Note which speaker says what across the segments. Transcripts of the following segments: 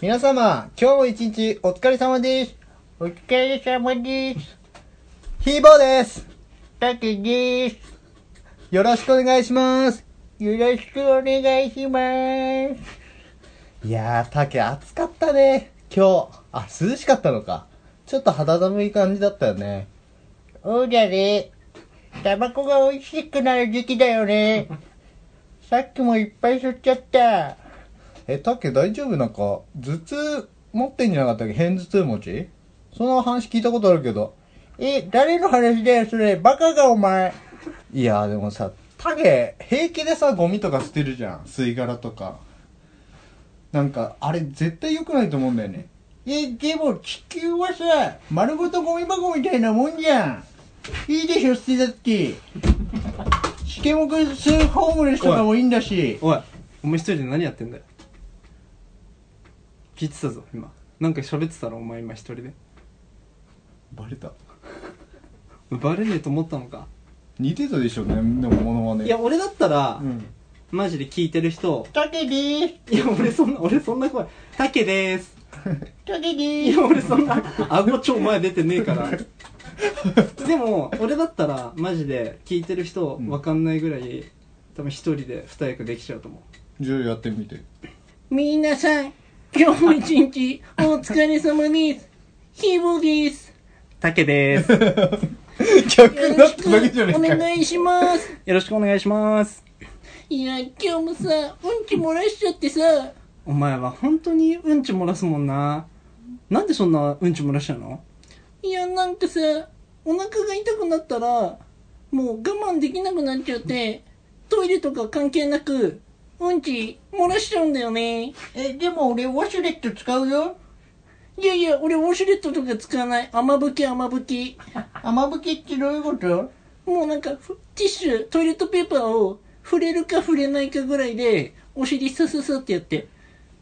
Speaker 1: 皆様、今日も一日お疲れ様です。
Speaker 2: お疲れ様です。
Speaker 1: ヒーボーです。
Speaker 2: たけです。
Speaker 1: よろしくお願いします。
Speaker 2: よろしくお願いします。
Speaker 1: いやー、竹暑かったね。今日。あ、涼しかったのか。ちょっと肌寒い感じだったよね。
Speaker 2: そうだね。タバコが美味しくなる時期だよね。さっきもいっぱい吸っちゃった。
Speaker 1: え、竹大丈夫なんか、頭痛持ってんじゃなかったっけ偏頭痛持ちその話聞いたことあるけど。
Speaker 2: え、誰の話だよ、それ。バカがお前。
Speaker 1: いやーでもさ、竹、平気でさ、ゴミとか捨てるじゃん。吸い殻とか。なんか、あれ絶対良くないと思うんだよね。
Speaker 2: え、でも地球はさ、丸ごとゴミ箱みたいなもんじゃん。いいでしょ、捨て たって。シケモクするホームレスとかもいいんだし。
Speaker 3: おいお前一人で何やってんだよ聞いてたぞ今なんか喋ってたろお前今一人で
Speaker 1: バレた。
Speaker 3: バレねえと思ったのか
Speaker 1: 似てたでしょうね、でもモノマネ。
Speaker 3: いや俺だったら、
Speaker 1: うん。
Speaker 3: マジで聞いてる人
Speaker 2: タケです。
Speaker 3: いや俺そんな俺そんな声「タケでーす
Speaker 2: タケ」で
Speaker 3: い
Speaker 2: す
Speaker 3: や。俺そん な顎超前出てねえ からでも俺だったらマジで聞いてる人
Speaker 1: うん
Speaker 3: わかんないぐらい多分一人で二役できちゃうと思う
Speaker 1: じゃあやってみ て。
Speaker 2: みなさん、今日も一日お疲れ様です。ひぼです。
Speaker 3: タケでーす
Speaker 1: 逆になっただけじゃねえかよ。
Speaker 2: いします。
Speaker 3: よろしくお願いします
Speaker 2: いや、今日もさ、うんち漏らしちゃってさ、
Speaker 3: お前は本当にうんち漏らすもんな。なんでそんなうんち漏らしちゃうの
Speaker 2: いや、なんかさ、お腹が痛くなったら、もう我慢できなくなっちゃって、トイレとか関係なく、うんち漏らしちゃうんだよね。え、でも俺ウォシュレット使うよ。いやいや、俺ウォシュレットとか使わない。雨吹き雨吹き。雨吹きってどういうこともうなんかふ、ティッシュ、トイレットペーパーを触れるか触れないかぐらいで、お尻さささってやって。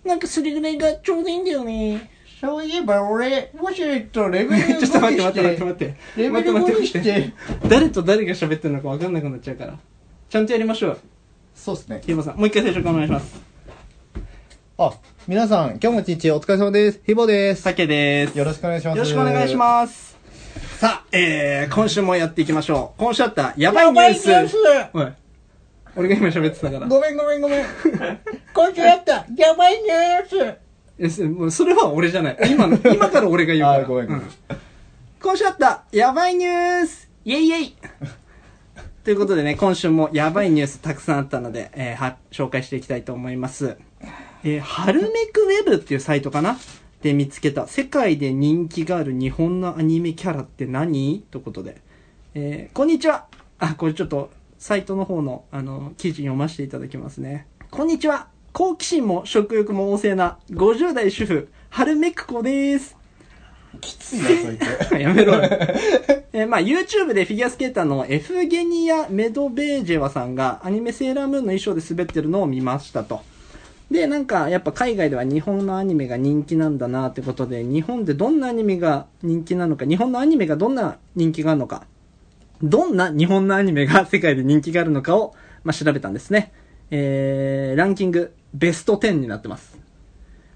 Speaker 2: なんかそれぐらいがちょうどいいんだよね。そういえば俺、ウォシュレットレベ
Speaker 3: ちょっと待って待って待って待って。
Speaker 2: レベ
Speaker 3: 待って
Speaker 2: ル
Speaker 3: 待って
Speaker 2: 5に
Speaker 3: 待
Speaker 2: し
Speaker 3: って。
Speaker 2: て。
Speaker 3: 誰と誰が喋ってるのか分かんなくなっちゃうから。ちゃんとやりましょう。
Speaker 1: そうっすね。
Speaker 3: ヒーボーさん、もう一回最初からお願いします。
Speaker 1: あ、皆さん、今日も一日お疲れ様です。ひぼです。
Speaker 3: タケでーす。
Speaker 1: よろしくお願いします。
Speaker 3: よろしくお願いします。さあ、えー、今週もやっていきましょう。今週あったやばいニュース。おい。俺が今喋ってたから。
Speaker 1: ごめんごめんごめん。
Speaker 2: 今週あった、やばいニュース
Speaker 3: えそもうそれは俺じゃない。今の、今から俺が言うか
Speaker 1: あ
Speaker 3: ら。
Speaker 1: ー、ごめんごめ。
Speaker 3: うん今週あったやばいニュースイェイイェイということでね、今週もやばいニュースたくさんあったので、えーは紹介していきたいと思います。えー、ハルメクウェブっていうサイトかなで見つけた、世界で人気がある日本のアニメキャラって何ということで。えーこんにちはあ、これちょっと、サイトの方の、あの、記事読ませていただきますね。こんにちは好奇心も食欲も旺盛な50代主婦、ハルメクコです。
Speaker 1: きついな、そいつ。
Speaker 3: やめろよ。えーまあ、YouTube でフィギュアスケーターのエフゲニア・メドベージェワさんがアニメセーラームーンの衣装で滑ってるのを見ましたと。で、なんか、やっぱ海外では日本のアニメが人気なんだなってことで、日本でどんなアニメが人気なのか、日本のアニメがどんな人気があるのか、どんな日本のアニメが世界で人気があるのかを、まあ、調べたんですね。えー、ランキングベスト10になってます。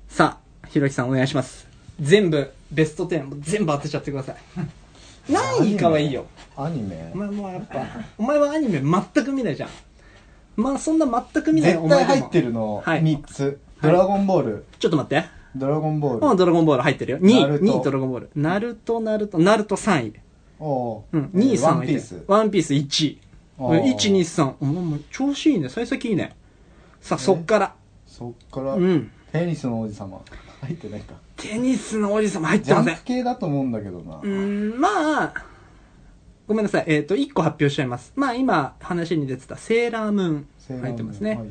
Speaker 3: さあ、ひろきさんお願いします。全部、ベスト10、全部当てちゃってくださ い。何位かはいいよ。
Speaker 1: アニメ
Speaker 3: お前もやっぱ、お前はアニメ全く見ないじゃん。まあそんな全く見ないお
Speaker 1: 絶対
Speaker 3: 前で
Speaker 1: 入
Speaker 3: も
Speaker 1: ってるの、
Speaker 3: はい
Speaker 1: 3つ。ドラゴンボール、
Speaker 3: ちょっと待って。
Speaker 1: ドラゴンボ
Speaker 3: も
Speaker 1: ー
Speaker 3: う
Speaker 1: ル。
Speaker 3: ドラゴンボール入ってるよ。2
Speaker 1: ナル
Speaker 3: 位、
Speaker 1: ト
Speaker 3: 2位ドラゴンボール。ナルト、ナルト、ナルト3位。
Speaker 1: お
Speaker 3: う、
Speaker 1: うん
Speaker 3: 2位、3位。
Speaker 1: ワンピース。
Speaker 3: ワンピース1位。
Speaker 1: あ
Speaker 3: うん
Speaker 1: ー
Speaker 3: 1、2、3。お前もう調子いいね。幸先いいね。さあ、
Speaker 1: ね
Speaker 3: そっから。
Speaker 1: そっから、
Speaker 3: うん。
Speaker 1: テニスの王子様。入ってないか。
Speaker 3: テニスのおじさま入っ
Speaker 1: ジ
Speaker 3: て
Speaker 1: ャ
Speaker 3: ま
Speaker 1: ン
Speaker 3: せん
Speaker 1: プ。系だと思うんだけどな
Speaker 3: う。ーん、まあ、ごめんなさい。えっ、と、1個発表しちゃいます。まあ今、話に出てたセーラーム
Speaker 1: セ
Speaker 3: ー
Speaker 1: ー
Speaker 3: ン
Speaker 1: ラームー
Speaker 3: 入
Speaker 1: ン
Speaker 3: ってますね。
Speaker 1: はい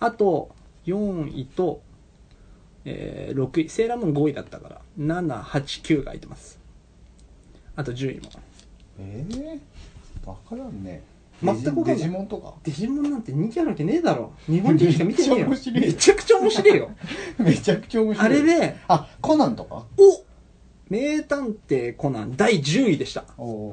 Speaker 3: あと、4位と、えー6位。セーラームーン5位だったから、7、8、9が空いてます。あと10位も。
Speaker 1: えー、わからんね。
Speaker 3: 全くわかんない
Speaker 1: デジデジモンとか。
Speaker 3: デジモンなんて人気あるわけねえだろ。日本人しか見てねえよ。
Speaker 1: めっちゃ面白い
Speaker 3: めちゃくちゃ面白 いよ。
Speaker 1: めちゃくちゃ面白い。
Speaker 3: あれで、
Speaker 1: あ、コナンとか
Speaker 3: お名探偵コナン第10位でした。
Speaker 1: お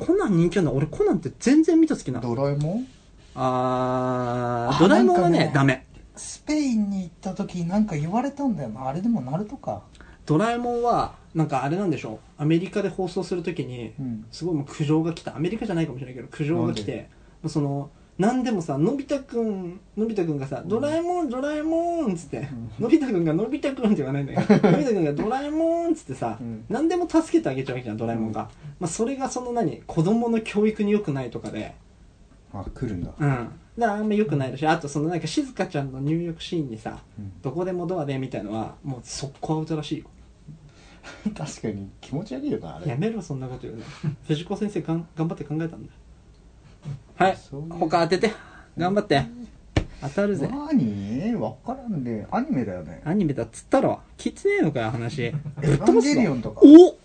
Speaker 1: ー
Speaker 3: コナン人気あるの俺コナンって全然見た好きなの。
Speaker 1: ドラえもん
Speaker 3: あー、
Speaker 1: あ
Speaker 3: ドラえもんはね
Speaker 1: なん
Speaker 3: ダ
Speaker 1: か
Speaker 3: メ。
Speaker 1: スペインに行った時なんか言われたんだよなあれでもナルトか
Speaker 3: ドラえもんはなんかあれなんでしょうアメリカで放送するときに
Speaker 1: うん
Speaker 3: すごいもう苦情が来たアメリカじゃないかもしれないけど苦情が来
Speaker 1: なん
Speaker 3: てその何でもさのび太くんのび太くんがさ「ドラえもんドラえもん」っつって、のび太くんが「のび太くん」って言わない んだけどのび太くんが「ドラえもん」っつってさ、
Speaker 1: うん
Speaker 3: 何でも助けてあげちゃうわけじゃんドラえもんが、まあ、それがその何子供の教育に良くないとかで
Speaker 1: あ来るんだ
Speaker 3: うんだからあんま良くないでしょあとそのなんか静香ちゃんの入浴シーンにさ
Speaker 1: うん
Speaker 3: 「どこでもドアで」みたいのはもう速攻アウトらしいよ
Speaker 1: 確かに気持ち悪いよなあ
Speaker 3: や
Speaker 1: れ
Speaker 3: めろそんなこと言うの藤子先生がん頑張って考えたんだはい
Speaker 1: そういう
Speaker 3: 他当てて頑張って当たるぜ
Speaker 1: 何わからんでアニメだよね
Speaker 3: アニメだっつったろ聞いてねえのかよ話
Speaker 1: エヴァンゲリオンとか
Speaker 3: お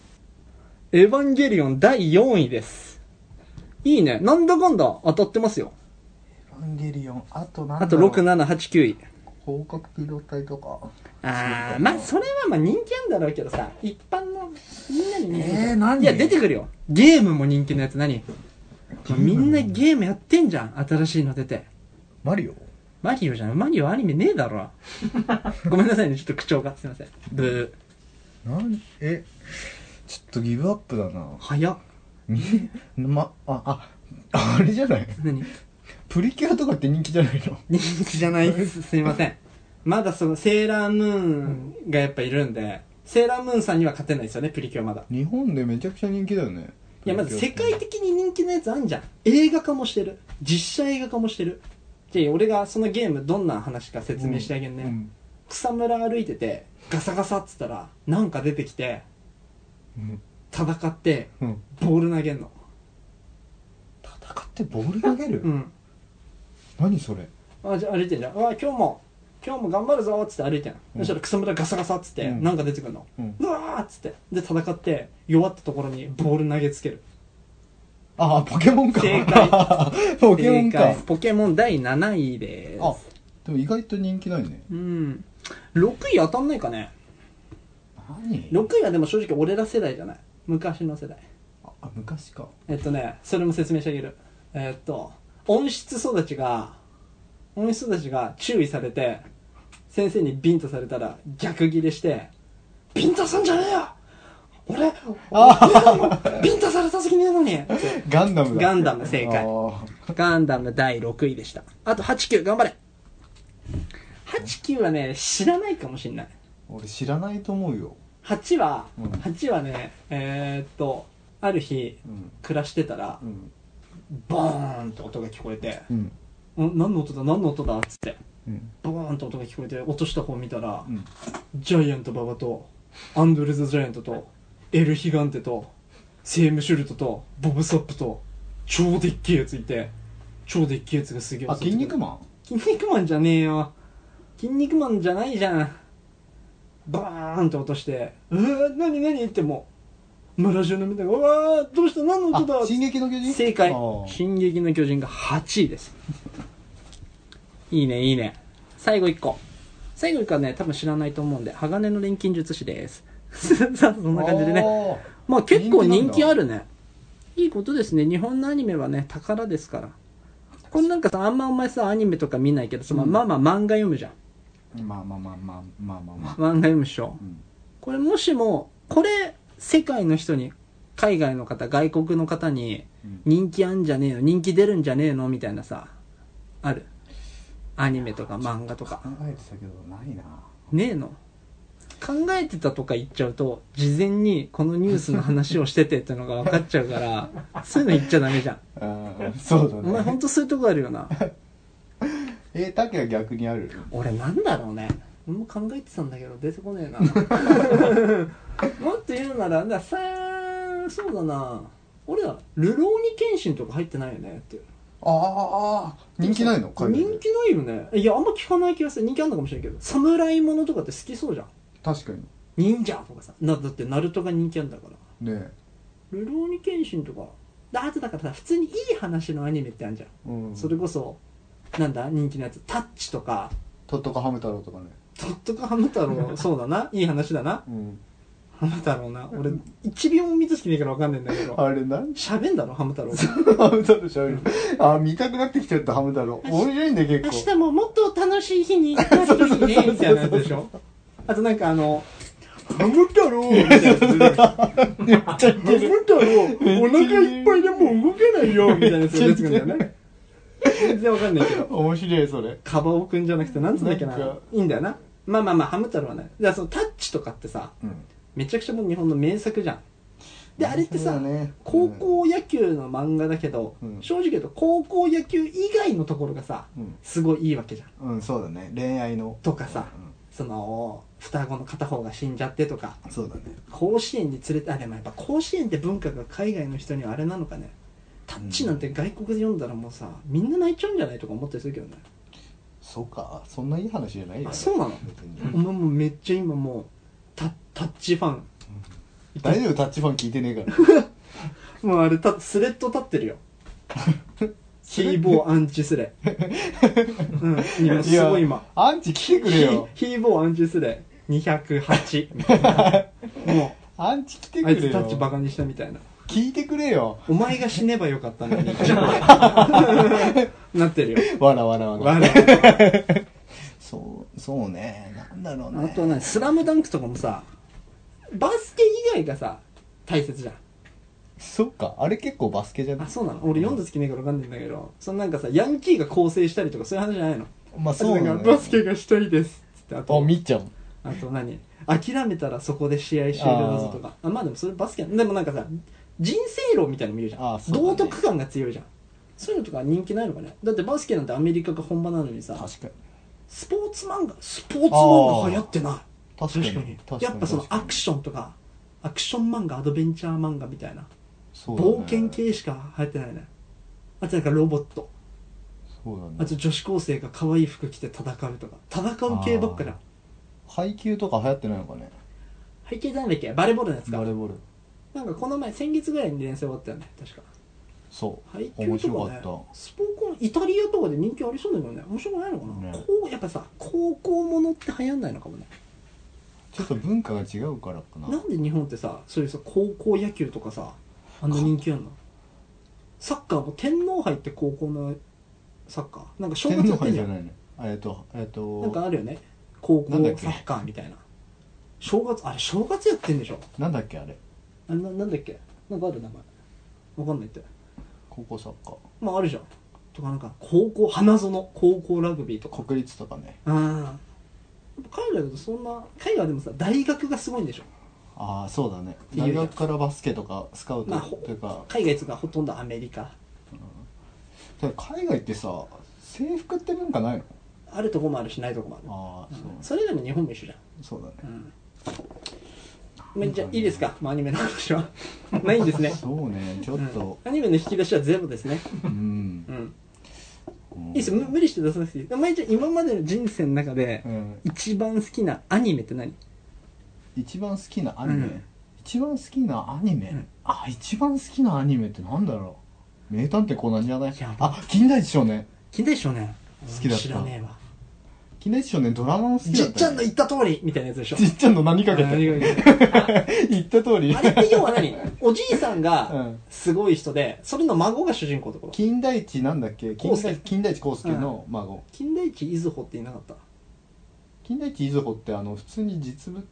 Speaker 3: エヴァンゲリオン第4位ですいいねなんだかんだ当たってますよ
Speaker 1: エヴァンゲリオンあとなんだ
Speaker 3: あと6789位
Speaker 1: 広角機動隊とか
Speaker 3: ああまあそれはまあ人気あんだろうけどさ一般のみんなに人気
Speaker 1: えー何
Speaker 3: いや出てくるよゲームも人気のやつ何みんなゲームやってんじゃん新しいの出て
Speaker 1: マリオ
Speaker 3: マリオじゃん。マリオアニメねえだ ろ。ごめんなさいね、ちょっと口調が。すいません。ブ
Speaker 1: なんえちょっとギブアップだな
Speaker 3: ー。早っ。
Speaker 1: みまあああれじゃない
Speaker 3: 何
Speaker 1: プリキュアとかって人気じゃないの
Speaker 3: 人気じゃない です。すいません。まだその、セーラームーンがやっぱいるんで、セーラームーンさんには勝てないですよね、プリキュアまだ。
Speaker 1: 日本でめちゃくちゃ人気だよね
Speaker 3: いや、まず世界的に人気のやつあんじゃん。映画化もしてる。実写映画化もしてる。じゃあ、俺がそのゲームどんな話か説明してあげんね。
Speaker 1: うん
Speaker 3: 草むら歩いてて、ガサガサっつったら、なんか出てきて、
Speaker 1: うん
Speaker 3: 戦って、
Speaker 1: うん
Speaker 3: ボール投げんの。
Speaker 1: 戦ってボール投げる、
Speaker 3: うん。
Speaker 1: 何それ
Speaker 3: あじゃあ歩いてんじゃん「うわ今日も今日も頑張るぞ」っつって歩いてん、
Speaker 1: うん
Speaker 3: そしたら草むらガサガサっつって、
Speaker 1: うん
Speaker 3: なんか出てくるの、
Speaker 1: うん
Speaker 3: うわーっつってで戦って弱ったところにボール投げつける
Speaker 1: ああポケモンか
Speaker 3: 正 解
Speaker 1: ポケモン
Speaker 3: 正
Speaker 1: か
Speaker 3: 解ポケモン第7位で
Speaker 1: あ
Speaker 3: す
Speaker 1: でも意外と人気ないね
Speaker 3: うん6位当たんないかね
Speaker 1: 何
Speaker 3: 6位はでも正直俺ら世代じゃない昔の世代
Speaker 1: あ昔か
Speaker 3: えっとねそれも説明してあげるえっと温室育ちが温室育ちが注意されて先生にビンタされたら逆ギレして「ビンタすんじゃねえよ俺俺ビンタされた時ねえのに」
Speaker 1: ガンダムだ
Speaker 3: ガンダム正解
Speaker 1: あー
Speaker 3: ガンダム第6位でしたあと89頑張れ89はね知らないかもしんない
Speaker 1: 俺知らないと思うよ、
Speaker 3: 8は
Speaker 1: うん
Speaker 3: 8はねえーっとある日
Speaker 1: うん
Speaker 3: 暮らしてたら
Speaker 1: うん
Speaker 3: ボーンって音が聞こえて
Speaker 1: うん
Speaker 3: ん何の音だ何の音だっつって
Speaker 1: うん
Speaker 3: ボーンと音が聞こえて落とした方見たら、
Speaker 1: うん
Speaker 3: ジャイアント馬場とアンドレ・ザ・ジャイアントとエル・ヒガンテとセーム・シュルトとボブ・サップと超でっけえやついて超でっけえやつがすげえ
Speaker 1: あ
Speaker 3: 襲って
Speaker 1: 筋
Speaker 3: く
Speaker 1: 肉
Speaker 3: る
Speaker 1: マ
Speaker 3: 筋肉マンじゃねえよ筋肉マンじゃないじゃんバーンって落として「うわ何何?」ってもう村中のみんなが「うわーどうした何
Speaker 1: ン
Speaker 3: の音だ?」
Speaker 1: あ進撃の巨人
Speaker 3: 正解
Speaker 1: あー
Speaker 3: 「進撃の巨人」が8位ですいいねいいね最後1個最後1個はね多分知らないと思うんで鋼の錬金術師です さあそんな感じでね
Speaker 1: あー
Speaker 3: まあ結構人
Speaker 1: 人気
Speaker 3: 気
Speaker 1: なんだ
Speaker 3: あるねいいことですね日本のアニメはね宝ですからこれなんかさあんまお前さアニメとか見ないけどさ、まあ
Speaker 1: うん
Speaker 3: まあまあ漫画読むじゃん
Speaker 1: まあまあまあまあまあまあまあ
Speaker 3: 漫画読むでしょ
Speaker 1: うん
Speaker 3: これもしもこれ世界の人に海外の方外国の方に
Speaker 1: うん
Speaker 3: 人気あんじゃねえの人気出るんじゃねえのみたいなさあるアニメとか漫画とか
Speaker 1: 考えてたけどないな
Speaker 3: ねえの考えてたとか言っちゃうと事前にこのニュースの話をしててってのが分かっちゃう からそういうの言っちゃダメじゃん
Speaker 1: あーそう
Speaker 3: お
Speaker 1: だ
Speaker 3: 前ほんとそういうとこあるよな
Speaker 1: えー、タケは逆にある
Speaker 3: 俺なんだろうね俺も考えてたんだけど出てこねえな もっと言うならださーそうだな俺ら「流浪に剣心」とか入ってないよねっていう
Speaker 1: ああ人気ないの
Speaker 3: 人気ないよねいやあんま聞かない気がする人気あんのかもしれないけど侍ものとかって好きそうじゃん
Speaker 1: 確かに
Speaker 3: 忍者とかさなだってナルトが人気あんだから
Speaker 1: ね
Speaker 3: 「流浪に剣心」とかだあとだからさ普通にいい話のアニメってあるじゃん、
Speaker 1: うん
Speaker 3: それこそなんだ人気のやつ「タッチ」とか
Speaker 1: トットカハム太郎とかね
Speaker 3: 「とっとかハム太郎」そうだないい話だな
Speaker 1: うん
Speaker 3: ハム太郎な。俺、1秒も見つきねえからわかんねえんだけど。
Speaker 1: あれなん
Speaker 3: 喋んだろ、ハム太郎。
Speaker 1: ハム太郎しゃべる。あ、見たくなってきちゃった、ハム太郎。面白いんだよ、
Speaker 3: 明
Speaker 1: 結構。
Speaker 3: 日ももっと楽しい日になってるね、みたいなやつでしょ。 あとなんかあの、ハム太郎みたいなやつ出てきた。
Speaker 1: めっちゃ似てる。
Speaker 3: ム太郎、お腹いっぱいでもう動けないよ、みたいなやつが出てくるんだよね。全然わかんないけど。
Speaker 1: 面白い、それ。
Speaker 3: カバオくんじゃなくて、なんつうんだっけな。
Speaker 1: なんか
Speaker 3: いいんだよな。まあまあまあ、ハム太郎はね。だからそのタッチとかってさ、
Speaker 1: うん。
Speaker 3: めちゃくちゃもう日本の名作じゃん。で、あれって
Speaker 1: 面
Speaker 3: さ、
Speaker 1: 白いよね
Speaker 3: 高校野球の漫画だけど、
Speaker 1: うん
Speaker 3: 正直言うと高校野球以外のところがさ、
Speaker 1: うん
Speaker 3: すごいいいわけじゃん。
Speaker 1: うん、うんそうだね。恋愛の。
Speaker 3: とかさ、
Speaker 1: う
Speaker 3: その、双子の片方が死んじゃってとか、
Speaker 1: んそうだね。
Speaker 3: 甲子園に連れて、あ、でもやっぱ甲子園って文化が海外の人にはあれなのかね。タッチなんて外国で読んだらもうさ、みんな泣いちゃうんじゃないとか思ったりするけどね。
Speaker 1: そうか。そんないい話じゃないよ、
Speaker 3: あ、そうなの
Speaker 1: 別に
Speaker 3: お前もうめっちゃ今もう、タタッチファン。
Speaker 1: 大丈夫、タッチファン聞いてねえから。
Speaker 3: もうあれ、たスレッド立っ てるよ。キーボーアンチスレ。うん、今すごい今。
Speaker 1: アンチ来てくれ よ。
Speaker 3: ヒヒーボーアンチスレ208み たいな。も
Speaker 1: アンチ来て
Speaker 3: う、
Speaker 1: く
Speaker 3: あ
Speaker 1: れ
Speaker 3: い
Speaker 1: よ。
Speaker 3: つタッチバカにしたみたいな。
Speaker 1: 聞いてくれよ。
Speaker 3: お前が死ねばよかったのに。なってるよ。
Speaker 1: わらわらわら。
Speaker 3: わら
Speaker 1: そう、そうね。なんだろう
Speaker 3: あ
Speaker 1: ね。
Speaker 3: とね、スラムダンクとかもさ、バスケ以外がさ、大切じゃん。
Speaker 1: そっか。あれ結構バスケじゃな
Speaker 3: あ、
Speaker 1: い
Speaker 3: そうなの俺読んだ好きねえからわかんないんだけど、そのなんかさ、ヤンキーが構成したりとかそういう話じゃないの
Speaker 1: まあ
Speaker 3: そ
Speaker 1: そううな
Speaker 3: なんん
Speaker 1: だ
Speaker 3: か
Speaker 1: よ
Speaker 3: バスケがしたいですっつってあ
Speaker 1: あ、
Speaker 3: と
Speaker 1: みっちゃん。
Speaker 3: あと何諦めたらそこで試合終了だぞとかあまあでもそれバスケでもなんかさ人生論みたいなのも言うじゃ
Speaker 1: あ
Speaker 3: ん、
Speaker 1: そうだね
Speaker 3: 道徳感が強いじゃんそういうのとか人気ないのかねだってバスケなんてアメリカが本場なのにさ
Speaker 1: 確かに。
Speaker 3: スポーツ漫画スポーツ漫画流行ってない
Speaker 1: 確か
Speaker 3: 確
Speaker 1: に。
Speaker 3: かにやっぱそのアクションとかアクション漫画アドベンチャー漫画みたいな、
Speaker 1: そうだね
Speaker 3: 冒険。系しか流行ってないねあとなんかロボット
Speaker 1: そうだね。
Speaker 3: あと女子高生が可愛い服着て戦うとか戦う系ばっかじゃん
Speaker 1: 配給とか流行ってないのかね。
Speaker 3: 背景なんだっけバレーボールのやつか
Speaker 1: バレーボール。
Speaker 3: なんかこの前先月ぐらいに連載終わったよね確か
Speaker 1: そう。
Speaker 3: 配
Speaker 1: 面
Speaker 3: 球と
Speaker 1: 白
Speaker 3: かね
Speaker 1: かっ
Speaker 3: スポコンイタリアとかで人気ありそうだけどね面白くないのかな、
Speaker 1: ね
Speaker 3: こうやっぱさ高校ものって流行んないのかもね
Speaker 1: た。ちょっと文化が違うからかな。
Speaker 3: なんで日本ってさそういうさ高校野球とかさあんな人気あんのサッカーも天皇杯って高校のサッカーなんか正
Speaker 1: 天
Speaker 3: 月や
Speaker 1: 皇
Speaker 3: って
Speaker 1: 杯
Speaker 3: んじ
Speaker 1: じ
Speaker 3: ゃ
Speaker 1: ゃ
Speaker 3: ん
Speaker 1: ないの。えっと、えっ
Speaker 3: なんか
Speaker 1: と、
Speaker 3: あるよね高校
Speaker 1: なんだっけ
Speaker 3: サッカーみたいな正月あれ正月やってんでしょ
Speaker 1: なんだっけあれ。
Speaker 3: あれななんだっけなんかある名前わかんないって
Speaker 1: 高校サッカ
Speaker 3: まああるじゃんとかなんか高校花園高校ラグビーとか
Speaker 1: ー。国立とかね。
Speaker 3: ああ海外だとそんな海外でもさ大学がすごいんでしょ
Speaker 1: ああ、そうだね。
Speaker 3: いいよ
Speaker 1: 大学からバスケとかスカウト
Speaker 3: まあほ
Speaker 1: というか、
Speaker 3: 海外とかほとんどアメリカ
Speaker 1: ただ海外ってさ、制服って文化ないの
Speaker 3: あるとこもあるしないとこもある
Speaker 1: ああ、
Speaker 3: うん
Speaker 1: そ
Speaker 3: それでも日本も一緒じゃ
Speaker 1: う。
Speaker 3: ん
Speaker 1: そうだね。
Speaker 3: うんまあじゃあいいですか、まあ、アニメの話 はないんですね
Speaker 1: そうね、ちょっと、
Speaker 3: うんアニメの引き出しはゼロですね、
Speaker 1: うん
Speaker 3: う。
Speaker 1: う
Speaker 3: ん、
Speaker 1: ん
Speaker 3: いいですよむ無理して出さなくていいまあじゃあ今までの人生の中で
Speaker 1: うん。
Speaker 3: 一番好きなアニメって何
Speaker 1: 一番好きなアニメ、
Speaker 3: うん
Speaker 1: 一番好きなアニメ、
Speaker 3: うん
Speaker 1: あ、一番好きなアニメってなんだろう名探偵コナンじゃない
Speaker 3: やば
Speaker 1: あ、金田一少年。
Speaker 3: 金田一少年
Speaker 1: 好きだった
Speaker 3: 知らねえわ
Speaker 1: 金田一少年ドラマも好き
Speaker 3: じ
Speaker 1: だ
Speaker 3: っ
Speaker 1: った、ね。
Speaker 3: ちゃんの言った通りみたいなやつでしょ
Speaker 1: じっちゃんの何かけて。
Speaker 3: あ
Speaker 1: 言った通り
Speaker 3: あ。れって要は何おじいさ ん
Speaker 1: う
Speaker 3: が
Speaker 1: ん
Speaker 3: すごい人で、それの孫が主人公ってこと
Speaker 1: 金田一なんだっけ金
Speaker 3: 康
Speaker 1: 田
Speaker 3: 介
Speaker 1: 金田一康介の孫。
Speaker 3: 金田一いずほっていなかった
Speaker 1: 金田一いずほってあの、普通に実物、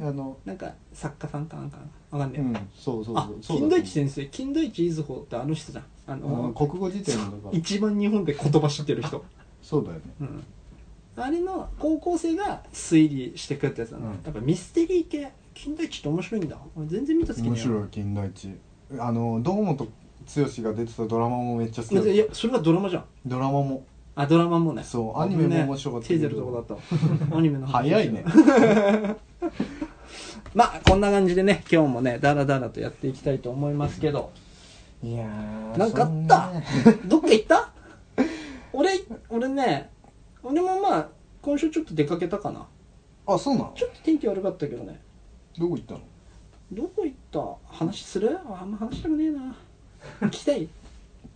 Speaker 1: あの、
Speaker 3: なんか作家さんかなんかわかんね
Speaker 1: う
Speaker 3: え、
Speaker 1: ん、そうそう
Speaker 3: あ
Speaker 1: そう。そう
Speaker 3: 金田
Speaker 1: だ
Speaker 3: 一先生金田一いずほってあの人じゃんあ
Speaker 1: と思ううん
Speaker 3: の、
Speaker 1: 国語辞典のとか。
Speaker 3: 一番日本で言葉知ってる人、
Speaker 1: そうだよね。
Speaker 3: うん、あれの高校生が推理してくってやつだな、
Speaker 1: うん
Speaker 3: やっぱミステリー系金田一って面白いんだ俺全然見た好き
Speaker 1: 面白
Speaker 3: い
Speaker 1: い金田一あの堂本剛が出てたドラマもめっちゃ好きだった
Speaker 3: いやそれはドラマじゃん
Speaker 1: ドラマも
Speaker 3: あドラマもね
Speaker 1: そうアニメも面白かった
Speaker 3: テ
Speaker 1: け
Speaker 3: ーゼ
Speaker 1: ど
Speaker 3: ルとこだったわアニメの話
Speaker 1: 早いね
Speaker 3: まあこんな感じでね今日もねダラダラとやっていきたいと思います けど
Speaker 1: いや
Speaker 3: なんかあったどっか行った俺俺ね俺もまあ今週ちょっと出かけたかな
Speaker 1: あそうなの
Speaker 3: ちょっと天気悪かったけどね
Speaker 1: どこ行ったの
Speaker 3: どこ行った話するああんま話したくねえな聞きたいい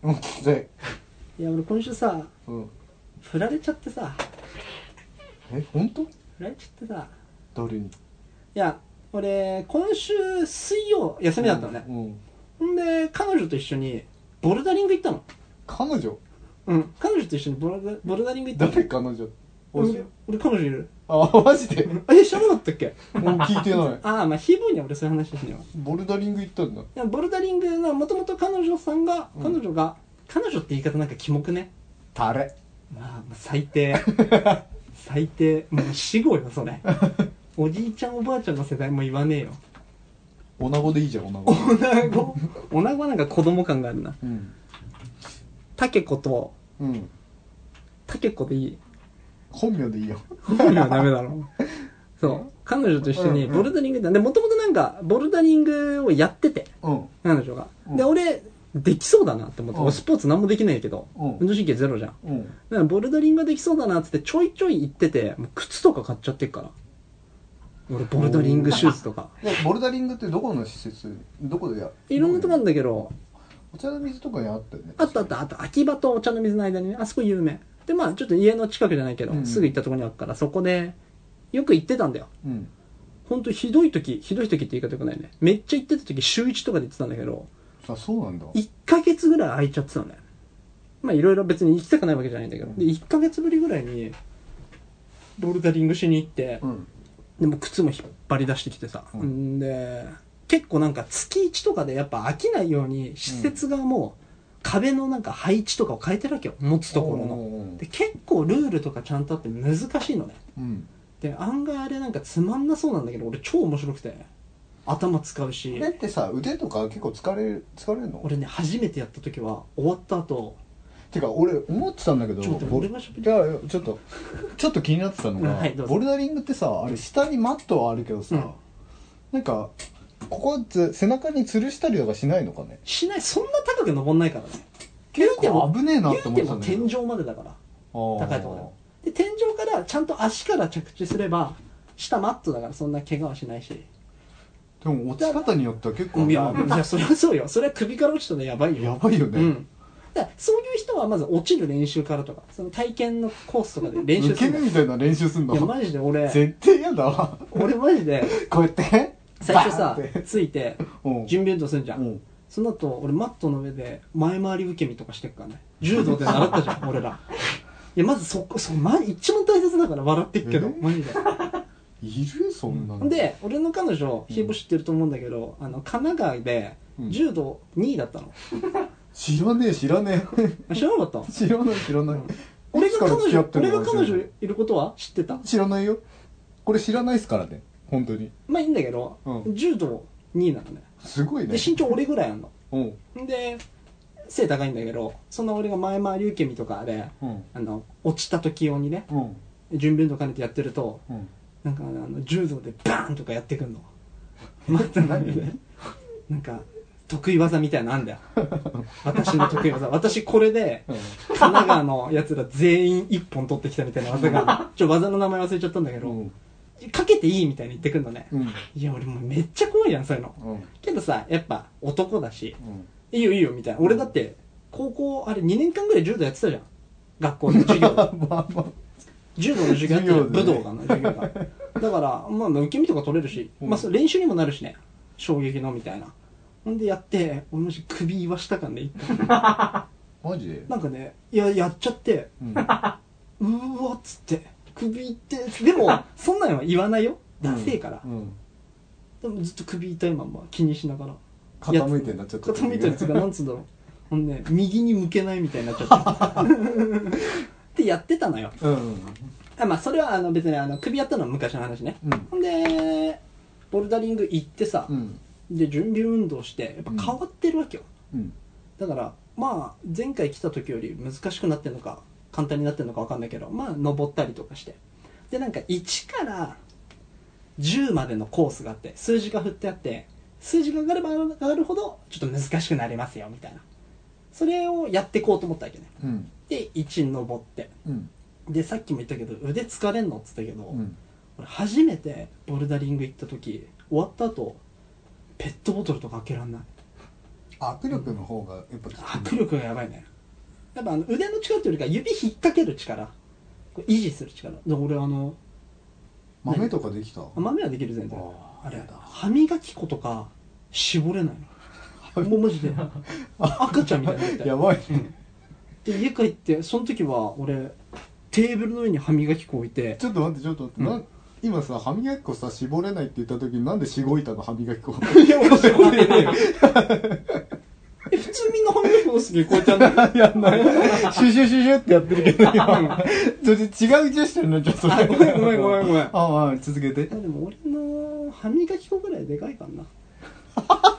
Speaker 1: うん聞きたい
Speaker 3: や俺今週さ
Speaker 1: うん
Speaker 3: 振られちゃってさ
Speaker 1: え本当
Speaker 3: 振られちゃってさ
Speaker 1: 誰に
Speaker 3: いや俺今週水曜休みだったのね、
Speaker 1: うん
Speaker 3: ほんで彼女と一緒にボルダリング行ったの
Speaker 1: 彼女
Speaker 3: うん彼女と一緒にボルダボルダリング行ったの
Speaker 1: 誰彼女
Speaker 3: 俺俺彼女いる
Speaker 1: あマジで
Speaker 3: え知らなかったっけ
Speaker 1: もう聞いてない
Speaker 3: ああまあひぼには俺そういう話しないわ
Speaker 1: ボルダリング行ったんだ
Speaker 3: いやボルダリングのもともと彼女さんが、
Speaker 1: うん
Speaker 3: 彼女が彼女って言い方なんかキモくね
Speaker 1: タレ
Speaker 3: まあ最 低最低もう死後よそ れおじいちゃんおばあちゃんの世代も言わねえよ
Speaker 1: 女子でいいじゃん女子
Speaker 3: 女子女子なんか子供感があるな
Speaker 1: うん
Speaker 3: タケコと
Speaker 1: うん
Speaker 3: タケコでいい
Speaker 1: 本名でいいよ
Speaker 3: 本名はダメだ ろそう彼女と一緒にボルダリングだでもともとなんかボルダリングをやってて
Speaker 1: うん
Speaker 3: 彼女が、
Speaker 1: うん
Speaker 3: で俺できそうだなって思って、
Speaker 1: うん
Speaker 3: 俺スポーツ何もできないけど、
Speaker 1: うん
Speaker 3: 運動神経ゼロじゃん
Speaker 1: うん
Speaker 3: だからボルダリングができそうだなっつってちょいちょい行っててもう靴とか買っちゃってっから俺ボルダリングシューズとか
Speaker 1: でボルダリングってどこの施設どこでや
Speaker 3: いろんなとこあるんだけど
Speaker 1: お茶の水とかにあったよね
Speaker 3: あったあったあった秋葉とお茶の水の間にねあそこ有名でまあちょっと家の近くじゃないけど、
Speaker 1: うん
Speaker 3: すぐ行ったとこにあるからそこでよく行ってたんだよ
Speaker 1: うん
Speaker 3: ほんとひどい時ひどい時って言い方よくないねめっちゃ行ってた時週1とかで行ってたんだけど
Speaker 1: あそうなんだ
Speaker 3: 1ヶ月ぐらい空いちゃってたのねまあいろいろ別に行きたくないわけじゃないんだけどで1ヶ月ぶりぐらいにボルダリングしに行って、
Speaker 1: うん
Speaker 3: でも靴も引っ張り出してきてさ、
Speaker 1: うん
Speaker 3: ん、で結構なんか月1とかでやっぱ飽きないように施設側も壁のなんか配置とかを変えてるわけよ持つところの
Speaker 1: おー
Speaker 3: で結構ルールとかちゃんとあって難しいのね
Speaker 1: うん
Speaker 3: で案外あれなんかつまんなそうなんだけど俺超面白くて頭使うし
Speaker 1: あれってさ腕とか結構疲れる疲れるの
Speaker 3: 俺ね初めてやった時は終わった後
Speaker 1: てか俺思ってたんだけど
Speaker 3: ちょっと
Speaker 1: ボル
Speaker 3: 俺が
Speaker 1: い
Speaker 3: 喋
Speaker 1: やいやちょっとちょっと気になってたのが、
Speaker 3: うんはいどうぞ
Speaker 1: ボルダリングってさあれ下にマットはあるけどさ、
Speaker 3: うん
Speaker 1: なんかここつ背中に吊るしたりとかしないのかね
Speaker 3: しないそんな高く登んないからね
Speaker 1: 結構危ねえなって
Speaker 3: 言
Speaker 1: 思っ
Speaker 3: う
Speaker 1: ててた
Speaker 3: も
Speaker 1: んだけど
Speaker 3: 天井までだから
Speaker 1: 高
Speaker 3: 高いところでもで天井からちゃんと足から着地すれば下マットだからそんな怪我はしないし
Speaker 1: でも落ち方によっては結構
Speaker 3: い
Speaker 1: 危
Speaker 3: や
Speaker 1: ない
Speaker 3: いやそれはそうよそれは首から落ちたのやばいよ
Speaker 1: やばいよね、
Speaker 3: うんだからそういう人はまず落ちる練習からとかその体験のコースとかで練習
Speaker 1: 受け
Speaker 3: する
Speaker 1: 身
Speaker 3: ん
Speaker 1: みたいな練習すん
Speaker 3: だいや
Speaker 1: の
Speaker 3: マジで俺
Speaker 1: 絶対嫌だわ
Speaker 3: 俺マジで
Speaker 1: こうやって
Speaker 3: 最初さ
Speaker 1: バーンって
Speaker 3: ついて
Speaker 1: うん
Speaker 3: 準備運動するじゃ
Speaker 1: うんん
Speaker 3: その後俺マットの上で前回り受け身とかしてっからね柔道で習ったじゃ ん俺らいやまずそこそこま一番大切だから笑ってっけど
Speaker 1: えー
Speaker 3: マジで
Speaker 1: いるそんなの、
Speaker 3: で俺の彼女ひーぼ知ってると思うんだけど、あの神奈川で
Speaker 1: うん
Speaker 3: 柔道2位だったの、
Speaker 1: 知らねえ知 らね
Speaker 3: あ知らなかっ
Speaker 1: え
Speaker 3: た
Speaker 1: 知らない知らない、
Speaker 3: うん俺
Speaker 1: いつ
Speaker 3: が
Speaker 1: から付
Speaker 3: 彼
Speaker 1: き合
Speaker 3: 女
Speaker 1: ってん
Speaker 3: 俺
Speaker 1: の
Speaker 3: が彼女いることは知ってた
Speaker 1: 知らないよこれ知らないっすからね本当に
Speaker 3: まあいいんだけど、
Speaker 1: うん
Speaker 3: 柔道2位なのね
Speaker 1: すごい
Speaker 3: で
Speaker 1: ね
Speaker 3: 身長俺ぐらいあんの
Speaker 1: うん
Speaker 3: で背高いんだけどそんな俺が前回り受け身とかで
Speaker 1: うん
Speaker 3: あの落ちた時用にね
Speaker 1: うん
Speaker 3: 準備運動兼ねてやってると
Speaker 1: うん
Speaker 3: なんかあの柔道でバーンとかやってくんのまた何でなんか得意技みたいなのあんだよ私の得意技私これで神奈川のやつら全員一本取ってきたみたいな技がちょ技の名前忘れちゃったんだけ
Speaker 1: う
Speaker 3: ど、
Speaker 1: ん
Speaker 3: かけていいみたいに言ってくんのね、
Speaker 1: うん
Speaker 3: いや俺もうめっちゃ怖いやんそういうの
Speaker 1: うん
Speaker 3: けどさやっぱ男だしいいよいいよみたいな俺だって高校あれ2年間ぐらい柔道やってたじゃん学校の授業で
Speaker 1: まあまあ
Speaker 3: 柔道の授業やってる
Speaker 1: 授業
Speaker 3: 武
Speaker 1: で
Speaker 3: 道がな授業がだから、まあ、まあ受け身とか取れるし、
Speaker 1: うん
Speaker 3: まあ、それ練習にもなるしね衝撃のみたいなほんでやって俺もし首言わしたかんね一 回
Speaker 1: マジで
Speaker 3: なんかねいややっちゃって
Speaker 1: うん
Speaker 3: うーわっつって首痛って でもそんなんは言わないよダセえから
Speaker 1: う、ん
Speaker 3: でもずっと首痛いまんま気にしながら
Speaker 1: 傾いてんなちょっと
Speaker 3: 傾いたやつがなんつうんだろうほんで右に向けないみたいになっちゃって ってやってたのよ
Speaker 1: うんうん
Speaker 3: あまあそれはあの別にあの首やったのは昔の話ね
Speaker 1: うん
Speaker 3: ほんでボルダリング行ってさ、
Speaker 1: うん
Speaker 3: で準備運動してやっぱ変わってるわけよ、
Speaker 1: うん
Speaker 3: だからまあ前回来た時より難しくなってるのか簡単になってるのか分かんないけどまあ登ったりとかしてでなんか1から10までのコースがあって数字が振ってあって数字が上がれば上がるほどちょっと難しくなりますよみたいなそれをやっていこうと思ったわけね
Speaker 1: うん
Speaker 3: で1登って
Speaker 1: うん
Speaker 3: でさっきも言ったけど腕疲れんのっつったけど、
Speaker 1: うん
Speaker 3: 俺初めてボルダリング行った時終わった後ペットボトルとか開けらんない
Speaker 1: 握力の方がやっぱ
Speaker 3: 握力がやばいねやっぱあの腕の力というよりか指引っ掛ける力こう維持する力で俺あの
Speaker 1: 豆とかできた
Speaker 3: あ豆はできる全然
Speaker 1: あ
Speaker 3: あれ歯磨き粉とか絞れないのもうマジで赤ちゃんみたいになった
Speaker 1: やばい
Speaker 3: うんで家帰ってその時は俺テーブルの上に歯磨き粉置いて
Speaker 1: ちょっと待ってちょっと待って、
Speaker 3: うん
Speaker 1: な今さ歯磨き粉さ絞れないって言った時になんでし ごいたの歯磨き粉
Speaker 3: いや俺絞れないよえ普通みんな歯磨き粉の時こうやってやんない
Speaker 1: やんないシュシュシュシュってやってるけど 今それ違うジェスチャーになっちゃった
Speaker 3: あごめんごめんごめんごめん
Speaker 1: ああ続けて
Speaker 3: いやでも俺の歯磨き粉ぐらいでかいからな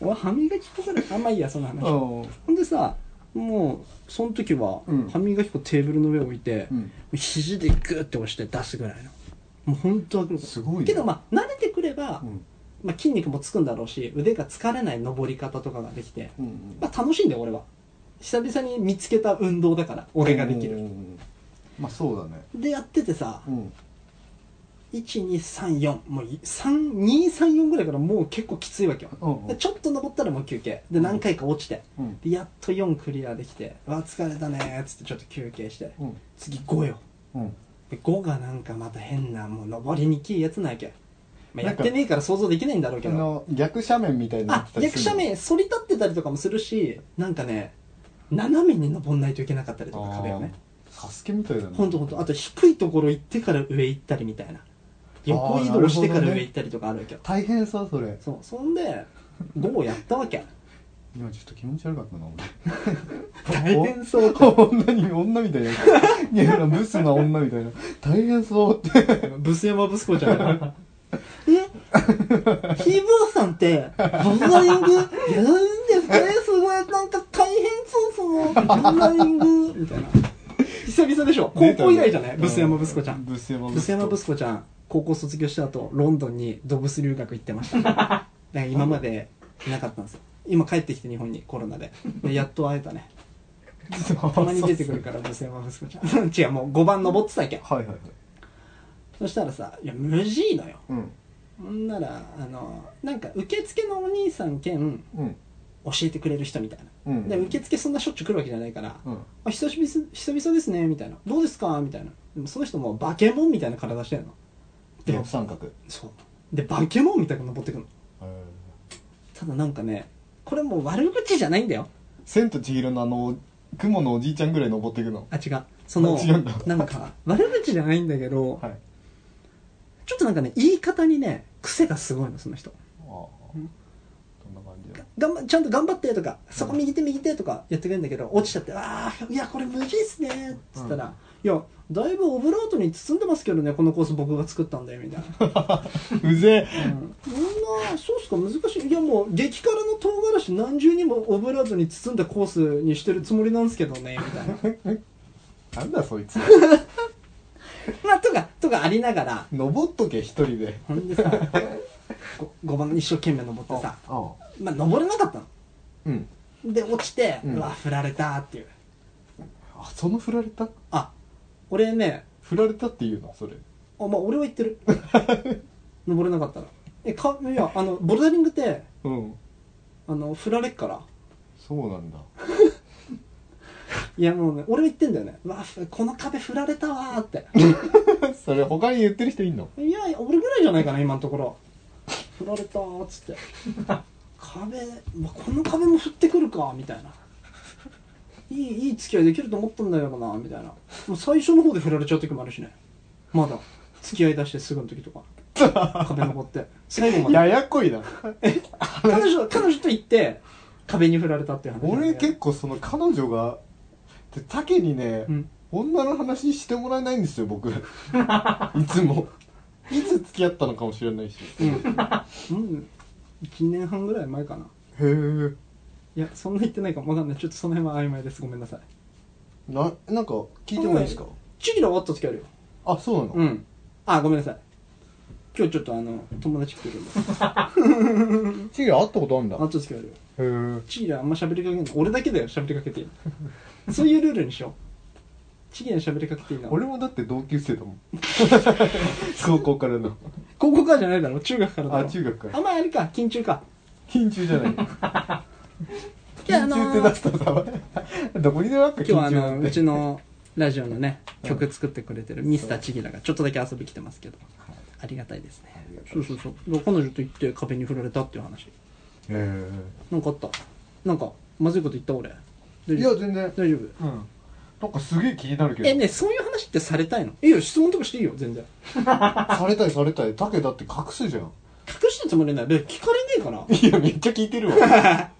Speaker 3: 俺歯磨き粉ぐらいあんまいいやその話ほ
Speaker 1: おうん
Speaker 3: でさもうその時は
Speaker 1: うん
Speaker 3: 歯磨き粉テーブルの上置いて、
Speaker 1: うん
Speaker 3: 肘でグーって押して出すぐらいのもう本当は
Speaker 1: すごいね
Speaker 3: けどまあ慣れてくれば、
Speaker 1: うん
Speaker 3: まあ、筋肉もつくんだろうし腕が疲れない登り方とかができて、
Speaker 1: うんうん
Speaker 3: まあ、楽しいんだよ俺は久々に見つけた運動だから俺ができ
Speaker 1: うんう
Speaker 3: る
Speaker 1: んうんまあそうだね
Speaker 3: でやっててさ
Speaker 1: うん
Speaker 3: 1234もう3234ぐらいからもう結構きついわけよ
Speaker 1: うん
Speaker 3: でちょっと登ったらもう休憩で何回か落ちて
Speaker 1: うん
Speaker 3: でやっと4クリアできて「うわ疲れたね」っつってちょっと休憩して
Speaker 1: うん
Speaker 3: 次5よ
Speaker 1: うん
Speaker 3: で5がなんかまた変なもう登りにきいやつなんやけ、
Speaker 1: な
Speaker 3: まあ、や
Speaker 1: ん
Speaker 3: っ
Speaker 1: か
Speaker 3: てねえから想像できないんだろうけ
Speaker 1: あ
Speaker 3: ど
Speaker 1: の逆斜面みたいになっ
Speaker 3: あ
Speaker 1: てたり
Speaker 3: 逆
Speaker 1: する
Speaker 3: 斜面反り立ってたりとかもするしなんかね斜めに登んないといけなかったりとか壁をね
Speaker 1: サスケみたいだね
Speaker 3: ほんとほんとあと低いところ行ってから上行ったりみたいな横移動してから上行ったりとかあるわけよ、
Speaker 1: 大変さそれ
Speaker 3: そうそんで午後やったわけ
Speaker 1: 今ちょっと気持ち悪かったな
Speaker 3: 大変 そう
Speaker 1: 俺女に女みたいないやほらブスな女みたいな大変そうって
Speaker 3: ブス山ブス子ちゃんえひーぼーさんってボルダリングやるんですかねすごいなんか大変そうそのボルダリングみたいな久々でしょ高校以来じゃないブス山ブス子ちゃん
Speaker 1: ブス山
Speaker 3: ブス山ブス子ちゃん高校卒業した後ロンドンにドブス留学行ってま しただから今までいなかったんですよ今帰ってきて日本にコロナででやっと会えたねたまに出てくるからブス山ブス子ちゃん 違うもう5番登ってたっけ
Speaker 1: はいはいはい
Speaker 3: そしたらさいや無事のよ
Speaker 1: うん
Speaker 3: ほんならあのなんか受付のお兄さん兼
Speaker 1: うん
Speaker 3: 教えてくれる人みたいな、
Speaker 1: うん
Speaker 3: で受付そんなしょっちゅう来るわけじゃないから「
Speaker 1: うん
Speaker 3: あ久しぶりす久々ですね」みたいな「どうですか?」みたいなでもその人もうバケモンみたいな体してるので
Speaker 1: 逆三角
Speaker 3: そうでバケモンみたいなの登ってくのただなんかねこれもう悪口じゃないんだよ
Speaker 1: 千と千尋のあの雲のおじいちゃんぐらい登っていくの
Speaker 3: あ違うその
Speaker 1: あ違うんだ
Speaker 3: なんか悪口じゃないんだけど、
Speaker 1: はい
Speaker 3: ちょっとなんかね言い方にね癖がすごいのその人
Speaker 1: ああどんな感じだ
Speaker 3: 頑張ちゃんと頑張ってとかそこ右手右手とかやってくれるんだけど落ちちゃって「ああいやこれ無理っすね」っつったら「いやだいぶオブラートに包んでますけどねこのコース僕が作ったんだよ」み たいな「
Speaker 1: うぜ
Speaker 3: うん、そんなそうっすか難しいいやもう激辛の唐辛子何重にもオブラートに包んだコースにしてるつもりなんですけどね」みたいな
Speaker 1: えなんだそいつ
Speaker 3: まあとかとかありながら
Speaker 1: 登っとけ一人で
Speaker 3: ほんでさ5番一生懸命登ってさ
Speaker 1: あ
Speaker 3: まあ登れなかった
Speaker 1: うん
Speaker 3: ので落ちて「
Speaker 1: う
Speaker 3: うんわ振られた」っていう
Speaker 1: あその振られた
Speaker 3: あ俺ね
Speaker 1: 振られたっていうのそれ
Speaker 3: あまあ俺は言ってる登れなかったらえかいやあのボルダリングって
Speaker 1: うん
Speaker 3: あの振られっから
Speaker 1: そうなんだ
Speaker 3: いやもうね俺は言ってんだよねうわふこの壁振られたわーって
Speaker 1: それ他に言ってる人いんの
Speaker 3: いや俺ぐらいじゃないかな今のところ振られたーっつって壁うわこの壁も振ってくるかみたいないいいい付き合いできると思ったんだけどなみたいなもう最初の方で振られちゃう時もあるしねまだ付き合い出してすぐの時とか壁登って最後まで
Speaker 1: ややこいな
Speaker 3: 彼女彼女と行って壁に振られたっていう話
Speaker 1: 俺結構その彼女がで竹にね、
Speaker 3: うん
Speaker 1: 女の話してもらえないんですよ 僕いつもいつ付き合ったのかもしれないし
Speaker 3: うん、うん、1年半ぐらい前かな
Speaker 1: へえ
Speaker 3: いやそんな言ってないかもわかんないちょっとその辺は曖昧ですごめんなさい
Speaker 1: ななんか聞いてもいいですか
Speaker 3: チキラ終わった時あるよ
Speaker 1: あそうなの、
Speaker 3: うんあごめんなさい今日ちょっとあの友達来てるんで
Speaker 1: チゲ会ったことあるんだ
Speaker 3: あと時あるよ
Speaker 1: へえ
Speaker 3: チキラあんま喋りかけない俺だけだよ喋りかけていいのそういうルールにしようチキラに喋りかけていいの
Speaker 1: 俺もだって同級生だ もん高校からの
Speaker 3: 高校からじゃないだろ中学からだろ
Speaker 1: あ中学から
Speaker 3: あまああれか緊中か
Speaker 1: 緊張じゃない
Speaker 3: いや
Speaker 1: 緊
Speaker 3: あのー
Speaker 1: 張って出すとさどこにでもあった
Speaker 3: 今日はあ
Speaker 1: 緊張
Speaker 3: の
Speaker 1: な
Speaker 3: うん
Speaker 1: て
Speaker 3: ちのラジオのね
Speaker 1: うん
Speaker 3: 曲作ってくれてるミスターチギラがちょっとだけ遊び来てますけどありがたいですね
Speaker 1: りがたい
Speaker 3: そうそうそう彼女と行って壁に振られたっていう話
Speaker 1: え
Speaker 3: なんかあったなんかまずいこと言った俺
Speaker 1: え
Speaker 3: 大
Speaker 1: い
Speaker 3: 丈
Speaker 1: や
Speaker 3: 夫
Speaker 1: 全然
Speaker 3: 大丈夫
Speaker 1: うんなんかすげえ気になるけど
Speaker 3: えねえそういう話ってされたいのいいよ質問とかしていいよ全然
Speaker 1: されたいされたいタケだって隠すじゃん
Speaker 3: 隠してるつもりないで聞かれねえから
Speaker 1: いやめっちゃ聞いてるわ